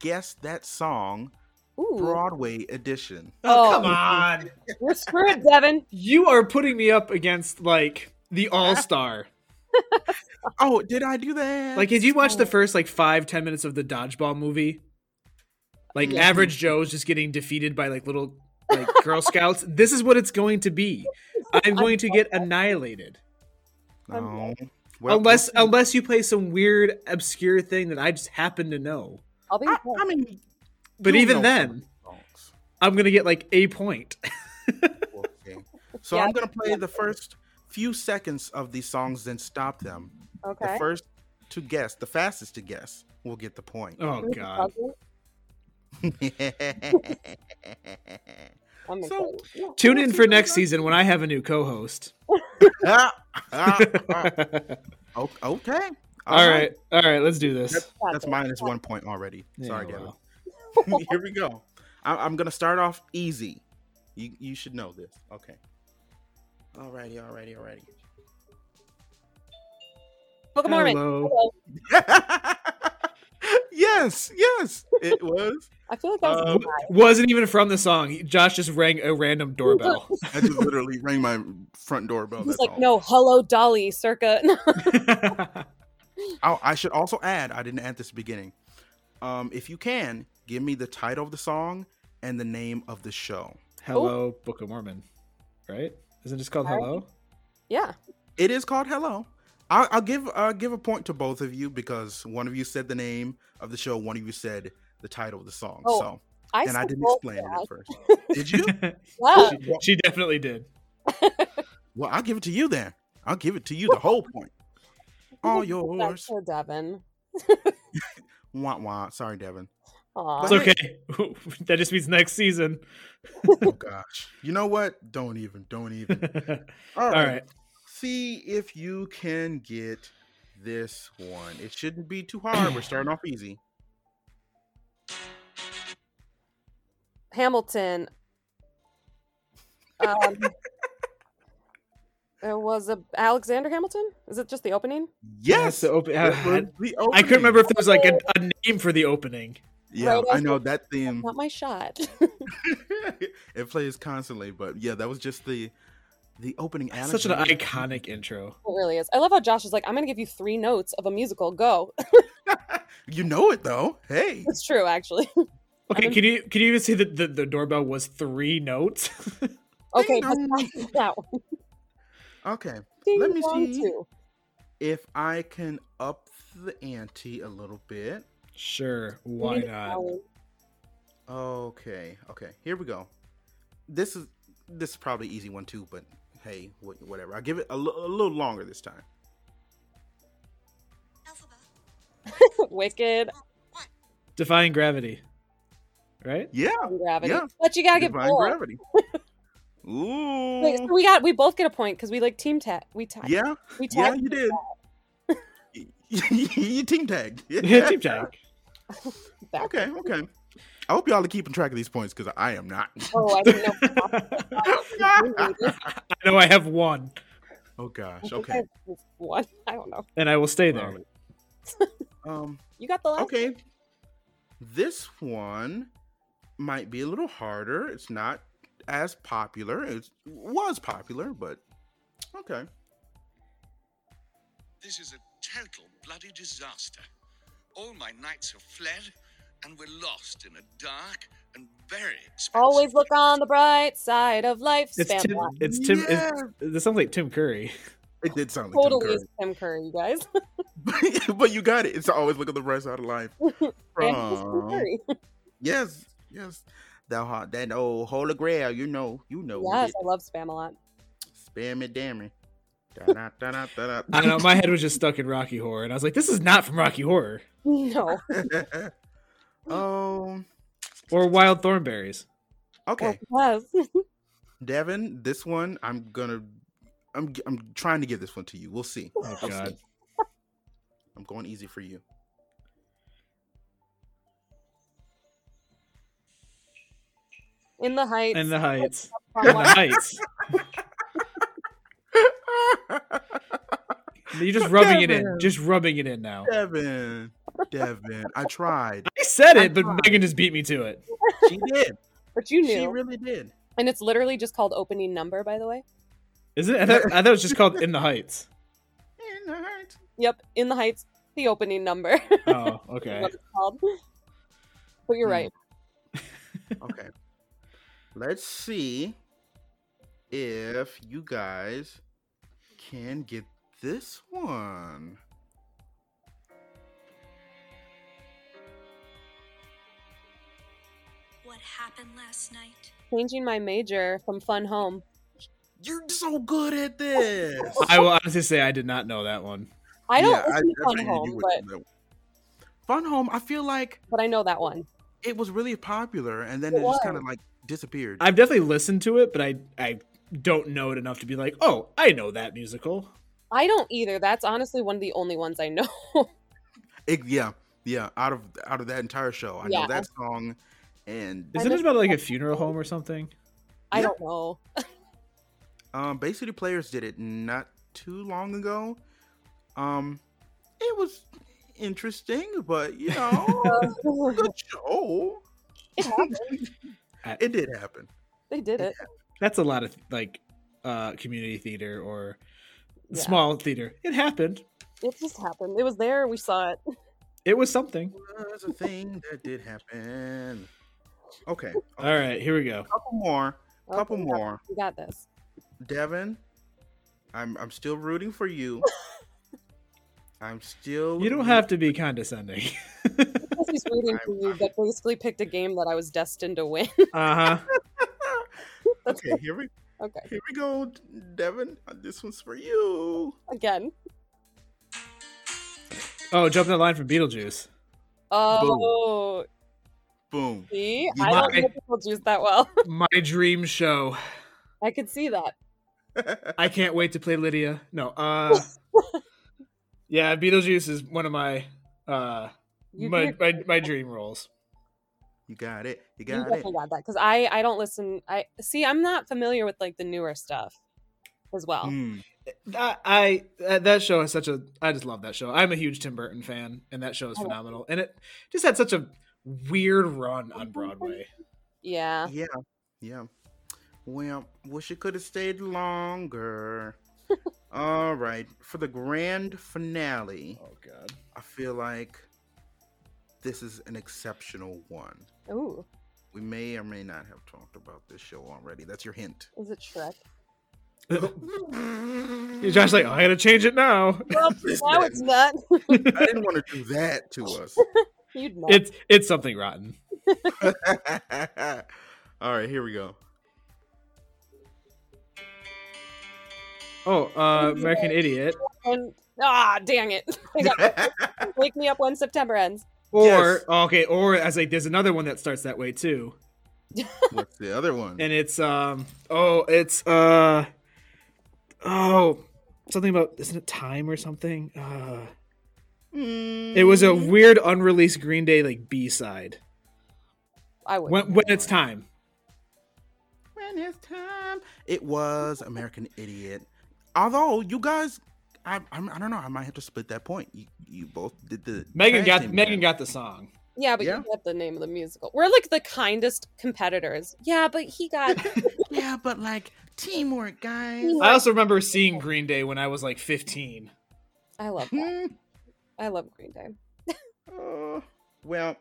Guess That Song Ooh, Broadway edition. Oh. come on. we're screwed, Devin. You are putting me up against like the all star. Oh, did I do that? Like, did you watch the first like five, ten minutes of the dodgeball movie? Like, Mhm. average Joe's just getting defeated by like little like Girl Scouts. This is what it's going to be. I'm going to get annihilated No. Well, unless unless you play some weird obscure thing that I just happen to know. I'll be. Ah! I, I mean, But you even know then- some of the songs. I'm gonna get like a point. Well, okay. So Yeah. I'm gonna play the first few seconds of these songs, then stop them. okay. The first to guess, the fastest to guess, will get the point. Oh Here's the god. puzzle. I'm So- excited. Tune in for next season when I have a new co-host. Ah, ah, ah. all O- okay. right, all right, let's do this. Stop That's it. minus one point already. Sorry, Yeah, Gavin. well. Here we go. I- I'm gonna start off easy. You you should know this. Okay. Alrighty, alrighty, alrighty. Book of Mormon. Hello. Hello. yes, yes, it was. I feel like that was Um, a Uh, Wasn't even from the song. Josh just rang a random doorbell. I just literally rang my front doorbell. lie. He's that's like, all. no, hello, Dolly, circa. Oh, I should also add, I didn't add this beginning. Um, if you can, give me the title of the song and the name of the show. Hello, Book of Mormon. Right? Isn't it just called Alright. Hello? yeah. It is called Hello. I'll, I'll give uh, give a point to both of you because one of you said the name of the show, one of you said the title of the song. Oh, so, I and I didn't suppose explain it that. at first. Did you? Yeah. she, she definitely did. Well, I'll give it to you then. I'll give it to you the whole point. All That's yours. for Devin. Wah wah. Sorry, Devin. Aw. It's okay. that just means next season. Oh gosh. You know what? Don't even. Don't even. All right. see if you can get this one. It shouldn't be too hard. We're starting off easy. Hamilton. Um, there was a Alexander Hamilton. Is it just the opening? Yes. the open- that was the Oh, I opening. couldn't remember if there was like a, a name for the opening. Yeah, Right I after- know that theme. Not my shot. it plays constantly, but yeah, that was just the the opening. That's such an Alexander- iconic intro. It really is. I love how Josh is like, I'm going to give you three notes of a musical. Go. You know it though. Hey. It's true, actually. Okay, I'm- can you can you even say that the, the doorbell was three notes? Okay. Ding but dong. that's that one. Okay. Ding Let me dong, see. too. If I can up the ante a little bit. sure, We why need to Uh, not? follow. Okay. Okay. Here we go. This is this is probably an easy one too, but hey, wh- whatever. I'll give it a li- a little longer this time. Wicked oh, Defying gravity. Right? Yeah. gravity. Yeah. But you got to get Divine bored. gravity. Ooh. Wait, so we got we both get a point because we like team tag. We tag. yeah. we Yeah, tag. you did. you team tagged. Yeah, team tag. back. Okay. Okay. I hope y'all are keeping track of these points because I am not. Oh, I didn't know. I we needed know I have one, oh gosh. this. Okay. One. I don't know. and I will stay there. Alright. Um. You got the last. Okay. This one might be a little harder. It's not as popular. It was popular, but okay. This is a total bloody disaster. All my knights have fled, and we're lost in a dark and very expensive. Always look on the bright side of life. It's Spam Tim. block. It's Tim. it's- Yeah. this sounds like Tim Curry. It did sound like Totally totally. is Tim Curry, you guys. but you got it. It's always look at the bright side of life. And he's Tim From Curry. yes, yes, that hot, that old holy grail. You know, you know. Yes, it. I love Spam a lot. Spam it, damn it. Da-da, da-da, da-da. I don't know. My head was just stuck in Rocky Horror, and I was like, "This is not from Rocky Horror No. um. or Wild Thornberries." Okay, Yes. Devin. This one, I'm gonna. I'm. g- I'm trying to give this one to you. We'll see. Oh We'll God! see. I'm going easy for you. In the heights. And the heights. from And the what- heights. You're just rubbing it in. Just rubbing it in now. Devin. Devin. I tried. I said it, but Megan just beat me to it. She did. but you knew. she really did. and it's literally just called opening number, by the way. Is it? I thought, I thought it was just called In the Heights. Yep, in the heights, the opening number. is Oh, okay. what it's called. But you're Hmm. right. Okay. Let's see if you guys can get this one. What happened last night? Changing my major from fun home. You're so good at this. I will honestly say I did not know that one. I don't Yeah, listen to definitely fun knew you home, would but do that. Fun Home, I feel like but I know that one. it was really popular and then It it, just was. kind of like disappeared. I've definitely listened to it, but I I don't know it enough to be like, oh, I know that musical. I don't either. That's honestly one of the only ones I know. It- yeah, yeah. Out of out of that entire show, I Yeah. know that song, and Isn't it about like a funeral home or something? I Yeah. don't know. Um, Bay City Players did it not too long ago. Um, it was interesting, but you know, good show. It happened. It did happen. They did it. That's a lot of like uh community theater or Yeah. small theater. It happened. It just happened. It was there. We saw it. It was something. That's a thing that did happen. Okay, a All right, here we go. couple more, couple Okay, more. We got this. Devin, I'm I'm still rooting for you. I'm still. You don't have to be condescending. Because he's rooting for you, that basically picked a game that I was destined to win. uh huh. Okay, here we okay, here we go, Devin. This one's for you. again. Oh, jumping the line from Beetlejuice. Oh, Boom. see, You I don't might- know Beetlejuice that well. My dream show. I could see that. I can't wait to play Lydia. No, uh Yeah, Beetlejuice is one of my uh You my, did. my my dream roles. You got it. You You got it. definitely got that because I I don't listen. I see. I'm not familiar with like the newer stuff as well. Mm. I, I uh, that show is such a I just love that show. I'm a huge Tim Burton fan and that show is I love phenomenal. And it just had such a weird run on Broadway. Yeah, Yeah. Yeah. Well, wish it could have stayed longer. All right. For the grand finale, Oh god. I feel like this is an exceptional one. Ooh, We may or may not have talked about this show already. That's your hint. is it Shrek? You're just like, "Oh, I gotta change it now. Well, now it's not. I didn't want to do that to us. You'd know. It's it's something rotten. All right, here we go. Oh, uh American Idiot. And ah, dang it! I got- Wake me up when September ends. Or Yes. okay, or as like there's another one that starts that way too. What's the other one? and it's um oh it's uh oh something about isn't it time or something uh Mm. it was a Mm-hmm. weird unreleased green day like b-side I would. when, when it's time When it's time. It was American Idiot. Although you guys, I I'm, I don't know. I might have to split that point. You, you both did the megan tag got team megan dance. got the song Yeah, but Yeah. you got the name of the musical. We're like the kindest competitors. Yeah, but he got. Yeah, but like teamwork, guys. Teamwork. i also remember seeing green day when i was like 15 I love that. Hmm. I love Green Day. Uh, well,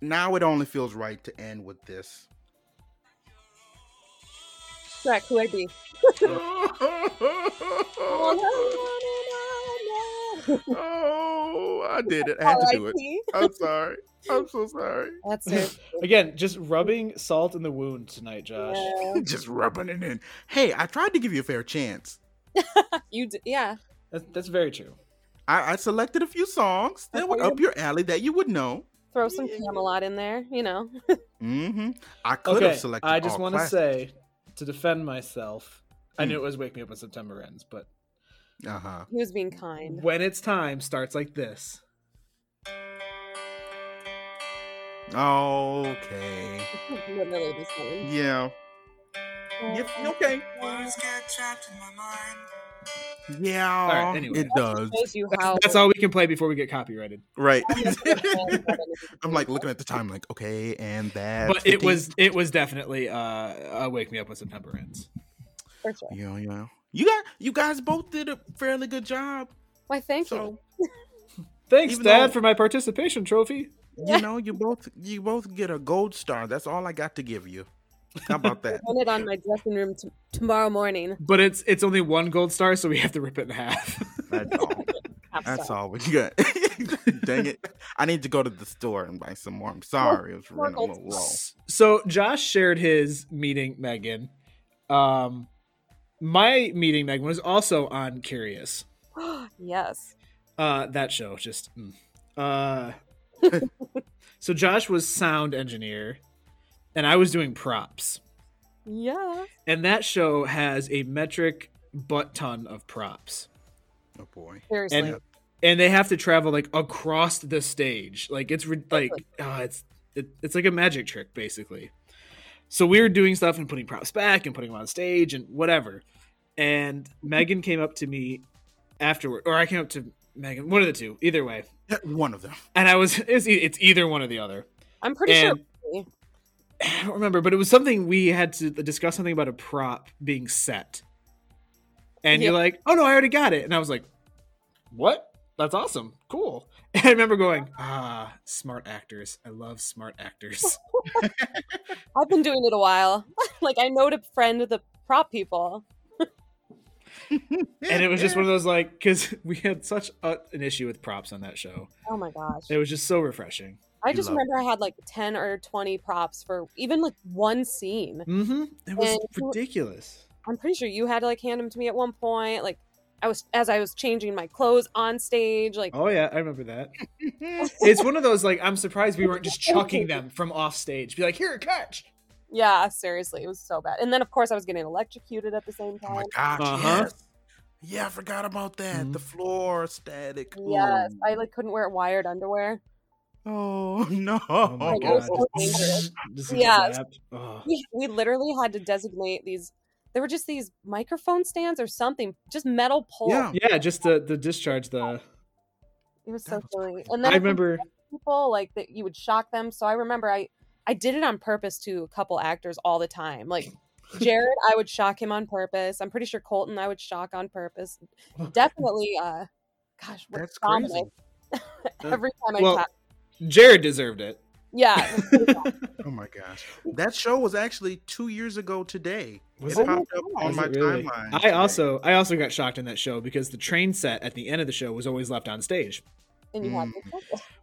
now it only feels right to end with this. Shrek, who I be? oh, Oh, no, no, no, no. I did it. I had to do it. R.I.P.. I'm sorry. I'm so sorry. That's it. again just rubbing salt in the wound tonight josh Yeah. Just rubbing it in. Hey, I tried to give you a fair chance. You d- yeah. that's, that's very true I, I selected a few songs that were up your alley that you would know. Throw some Camelot in there, you know. hmm I could okay have selected. i just want want to say to defend myself i Hmm. knew it was wake me up when september ends but uh huh. He was being kind. when it's time starts like this Okay. Literally the same. Yeah. Yep, okay. Words get trapped in my mind. Yeah. right, anyway. It does. Shows you That's, how that's all we can play before we get copyrighted. Right. how- I'm like looking at the time, like, okay, and that. But it was it was definitely uh, uh wake me up when September ends. For sure. Yeah, yeah. You got you guys both did a fairly good job. Why? Thank you. so Thanks, Even Dad, though- for my participation trophy. you know, you both you both get a gold star. That's all I got to give you. How about that? Put it on my dressing room t- tomorrow morning. But it's it's only one gold star, so we have to rip it in half. That's all. Half That's star. all we got. Dang it! I need to go to the store and buy some more. I'm sorry, it was running a little low. so Josh shared his meeting Megan. Um, my meeting Megan was also on Curious. yes. Uh, that show just. Mm. Uh, so Josh was sound engineer, and I was doing props. Yeah. And that show has a metric butt ton of props. Oh boy. Seriously. and and they have to travel like across the stage like it's re- like ah, it's it, it's like a magic trick basically so we were doing stuff and putting props back and putting them on stage and whatever and megan came up to me afterward or i came up to megan one of the two either way One of them. and i was it's, e- it's either one or the other I'm pretty and- sure. i don't remember but it was something we had to discuss something about a prop being set and you're Yeah. like oh no i already got it and i was like what that's awesome cool and i remember going ah smart actors i love smart actors I've been doing it a while. like I know to friend the prop people. and it was just one of those like because we had such a, an issue with props on that show Oh my gosh. it was just so refreshing I You just love remember I had like 10 or 20 props for even like one scene. mm-hmm it was And- ridiculous I'm pretty sure you had to like hand them to me at one point. Like I was as I was changing my clothes on stage, like oh yeah i remember that it's one of those like i'm surprised we weren't just chucking them from off stage be like here catch yeah, seriously, it was so bad. And then of course I was getting electrocuted at the same Oh my time. gosh! Uh-huh. Yes. Yeah, I forgot about that. Mhm. The floor static. yes, Ooh. I like couldn't wear wired underwear. Oh no! oh my Like, it god was so dangerous. Just- just Yeah. zapped. Ugh. We, we literally had to designate these. There were just these microphone stands or something, just metal poles. Yeah. yeah just the the discharge the It was so That was silly. crazy. And then i if you remember people like that you would shock them so i remember i i did it on purpose to a couple actors all the time like jared i would shock him on purpose i'm pretty sure colton i would shock on purpose definitely uh gosh what- That's Dominic. every time i well- talk jared deserved it yeah Oh my gosh! That show was actually two years ago today. Was it it? popped up on Was my it really? timeline. i today. also i also got shocked in that show because the train set at the end of the show was always left on stage and you have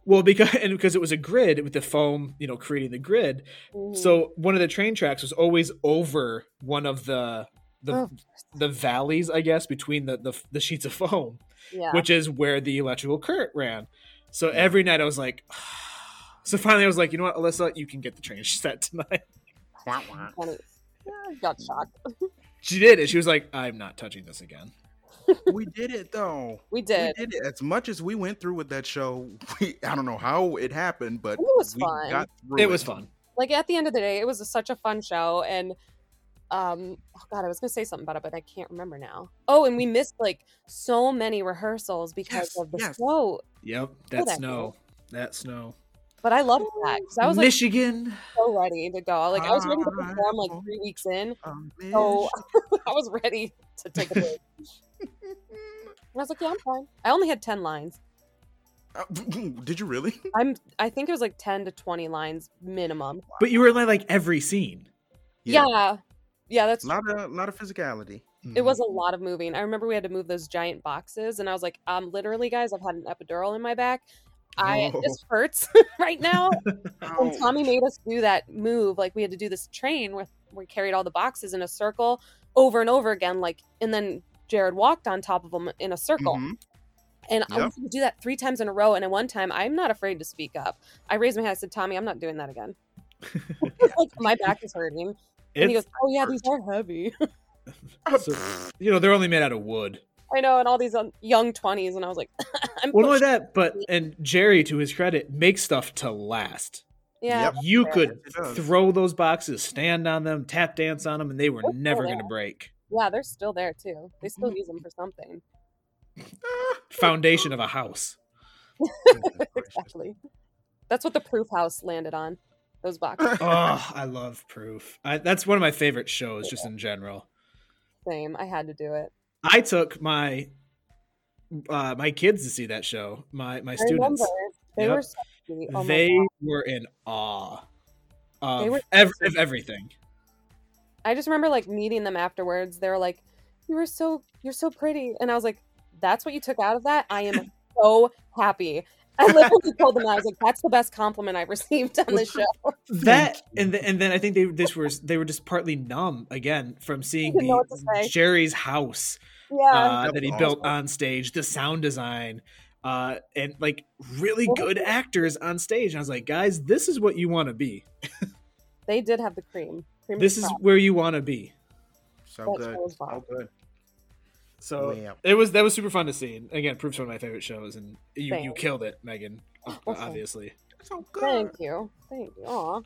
well because and because it was a grid with the foam you know creating the grid Mm. so one of the train tracks was always over one of the the Oh. the valleys i guess between the the, the sheets of foam yeah which is where the electrical current ran. So every night I was like, so finally I was like, you know what, Alyssa, you can get the train set tonight. Wah, wah. funny. Yeah, got shocked She did it. She was like, I'm not touching this again. we did it though. we did We did it. As much as we went through with that show, we, I don't know how it happened, but It was we fun. got through It was fun. like at the end of the day it was a, such a fun show and um oh god i was gonna say something about it but i can't remember now oh and we missed like so many rehearsals because Yes, of the yes. snow Yep. That that snow. That snow. but i loved that because i was like Michigan. so ready to go like i was ready to Alright, perform like well. three weeks in Um, so i was ready to take a break and i was like yeah i'm fine i only had 10 lines uh, did you really? i'm i think it was like 10 to 20 lines minimum But you were in like every scene. yeah yeah, that's A lot of lot of physicality. Mm-hmm. It was a lot of moving. I remember we had to move those giant boxes, and I was like, um, literally, guys, I've had an epidural in my back. I Oh. this hurts right now. Ow. and Tommy made us do that move. Like we had to do this train with we carried all the boxes in a circle over and over again. Like and then Jared walked on top of them in a circle. Mhm. And I Yeah. was to do that three times in a row. And at one time, I'm not afraid to speak up. I raised my hand. I said, "Tommy, I'm not doing that again. like my back is hurting." and he goes, It's, "Oh yeah, these are heavy." so- you know, they're only made out of wood. I know, and all these um, young twenties, and I was like, "I'm Well, not only pushed." that, but and Jerry, to his credit, makes stuff to last. yeah, Yep. You Yeah. could It does. throw those boxes, stand on them, Oh, tap dance on them, and they were never going to break. Mm-hmm. Oh, yeah, they're still there too. They still use them for something. Ah. foundation of a house. exactly. That's what the proof house landed on. Those boxes. Oh, I love Proof. I, that's one of my favorite shows, just in general. Same. I had to do it. I took my uh, my kids to see that show. My my I remember students, they Yep. were so sweet. Oh my they God. were in awe of, They were- ev- of everything. I just remember like meeting them afterwards. They were like, "You were so you're so pretty," and I was like, "That's what you took out of that." I am so happy. I literally told them that. I was like, "That's the best compliment I've received on the show." That and th- and then I think they this were they were just partly numb again from seeing Didn't know what to the say. Jerry's house Yeah, uh, That that he was built awesome. on stage, the sound design, uh, and like really good actors on stage. I was like, guys, this is what you want to be. they did have the cream. cream This is crop. where you want to be. So That good. show was So bomb. good. So Oh, Yeah. it was that was super fun to see. And again, Proof's one of my favorite shows, and you you Same. killed it, Megan. o- Awesome. Obviously, So Thank good. you, thank you. Aw,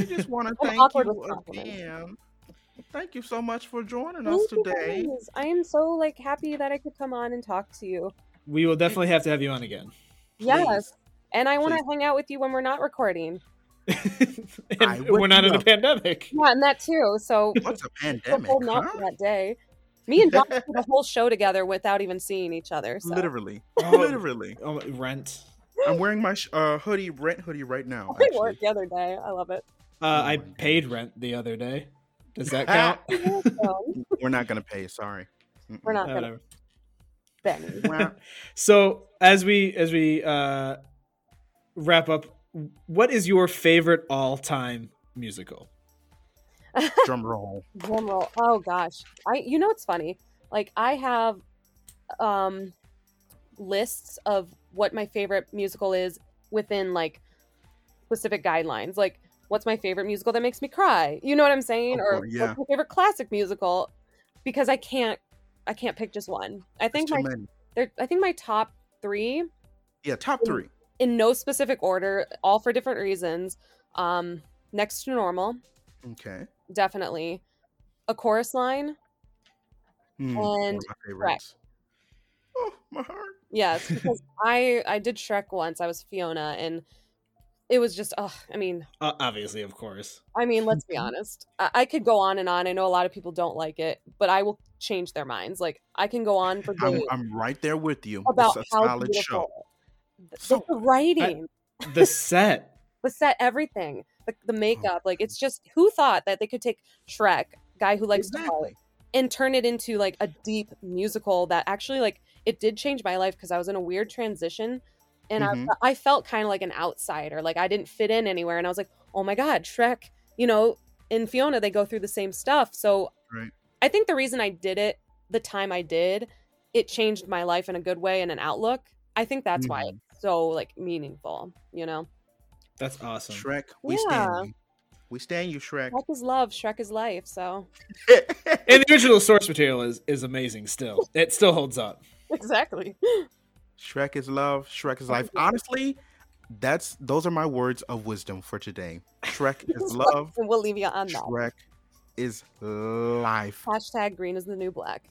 We just want to I'm thank awkward with you compliments. again. Thank you so much for joining us Thank you today. guys. I am so like happy that I could come on and talk to you. we will definitely have to have you on again. Yes, and I want to Please. hang out with you when we're not recording. and would we're not in a love- pandemic. Yeah, and that too. So What's a we're pandemic? holding out huh? for that day. Me and John did the whole show together without even seeing each other. So. Literally, Oh. literally. Oh, rent. I'm wearing my sh- uh, hoodie, rent hoodie, right now. I wore actually. it the other day. I love it. Uh, Oh I my paid rent the other day. Does that count? Um, We're not gonna pay. Sorry. Mm-mm. we're not Uh, going to whatever. spend. Wow. So as we as we uh, wrap up, what is your favorite all time musical? Drum roll. Drum roll. Oh gosh. I you know it's funny. Like I have um lists of what my favorite musical is within like specific guidelines. Like what's my favorite musical that makes me cry? You know what I'm saying? Oh, or boy, yeah. what's my favorite classic musical because I can't I can't pick just one. I think There's my too many. there I think my top 3 Yeah, Mm. top three. in no specific order, all for different reasons. Um next to normal, Okay. definitely. A chorus line Hmm, one and of my favorites. Oh, my heart. Yes, because I I did Shrek once. I was Fiona, and it was just. Oh, I mean, Uh, obviously, of course. I mean. Let's be honest. I, I could go on and on. I know a lot of people don't like it, but I will change their minds. Like I can go on for I'm, days I'm right there with you. about it's a how solid beautiful. show. th- So the, the writing, The set. the set, everything, the, Mm. the makeup. Like it's just who thought that they could take Shrek, guy who likes to art, Exactly. and turn it into like a deep musical that actually like it did change my life because I was in a weird transition and Mhm. I, I felt kind of like an outsider like I didn't fit in anywhere and I was like oh my god Shrek you know and Fiona they go through the same stuff so Right. I think the reason I did it the time I did it changed my life in a good way and an outlook I think that's why Mm-hmm. it's so like meaningful you know That's awesome. Shrek, we Yeah. stand you. We stand you, Shrek. Shrek is love Shrek is life so And the original source material is is amazing. Still, it still holds up. exactly Shrek is love. Shrek is life. Honestly, that's those are my words of wisdom for today. Shrek is love. and we'll leave you on that Shrek is life. hashtag green is the new black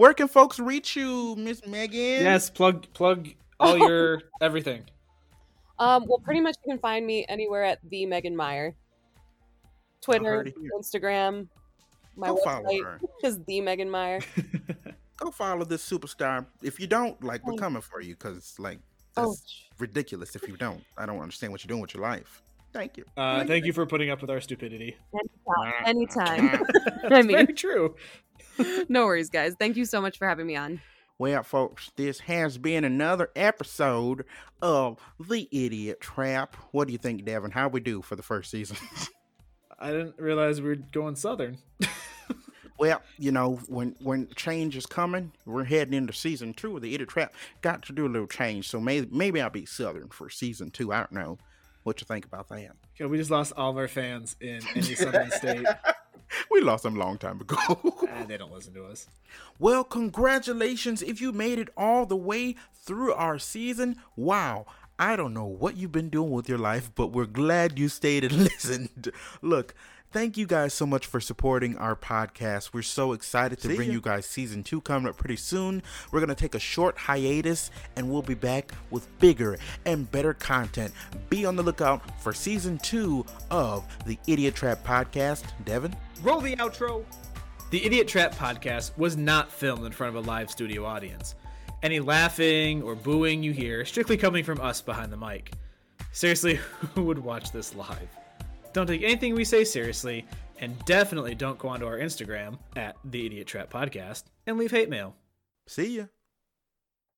Where can folks reach you, Miss Megan? Yes, plug plug all your everything. Um, well, pretty much you can find me anywhere at the Megan Meyer. Twitter, heard it here. Instagram, my Go follow website her. is the Megan Meyer. Go follow this superstar. If you don't, like, we're coming for you because, like, that's Oh, ridiculous if you don't. I don't understand what you're doing with your life. Thank you. Uh, thank you for putting up with our stupidity. anytime. I It's mean, very true. no worries, guys. Thank you so much for having me on. Well, folks, this has been another episode of The Idiot Trap. What do you think, Devin? How we do for the first season? I didn't realize we were going southern. well, you know, when when change is coming, we're heading into season two of The Idiot Trap. Got to do a little change, so maybe maybe I'll be Southern for season two. I don't know what you think about that. Okay, we just lost all of our fans in any southern state. We lost them a long time ago. Ah, they don't listen to us. Well, congratulations if you made it all the way through our season. Wow. I don't know what you've been doing with your life, but we're glad you stayed and listened. Look, thank you guys so much for supporting our podcast. We're so excited to See bring ya. you guys season two coming up pretty soon. We're going to take a short hiatus and we'll be back with bigger and better content. Be on the lookout for season two of the Idiot Trap podcast. Devin? Roll the outro. The Idiot Trap podcast was not filmed in front of a live studio audience. Any laughing or booing you hear is strictly coming from us behind the mic. Seriously, who would watch this live? Don't take anything we say seriously, and definitely don't go onto our Instagram at the Idiot Trap Podcast and leave hate mail. See ya.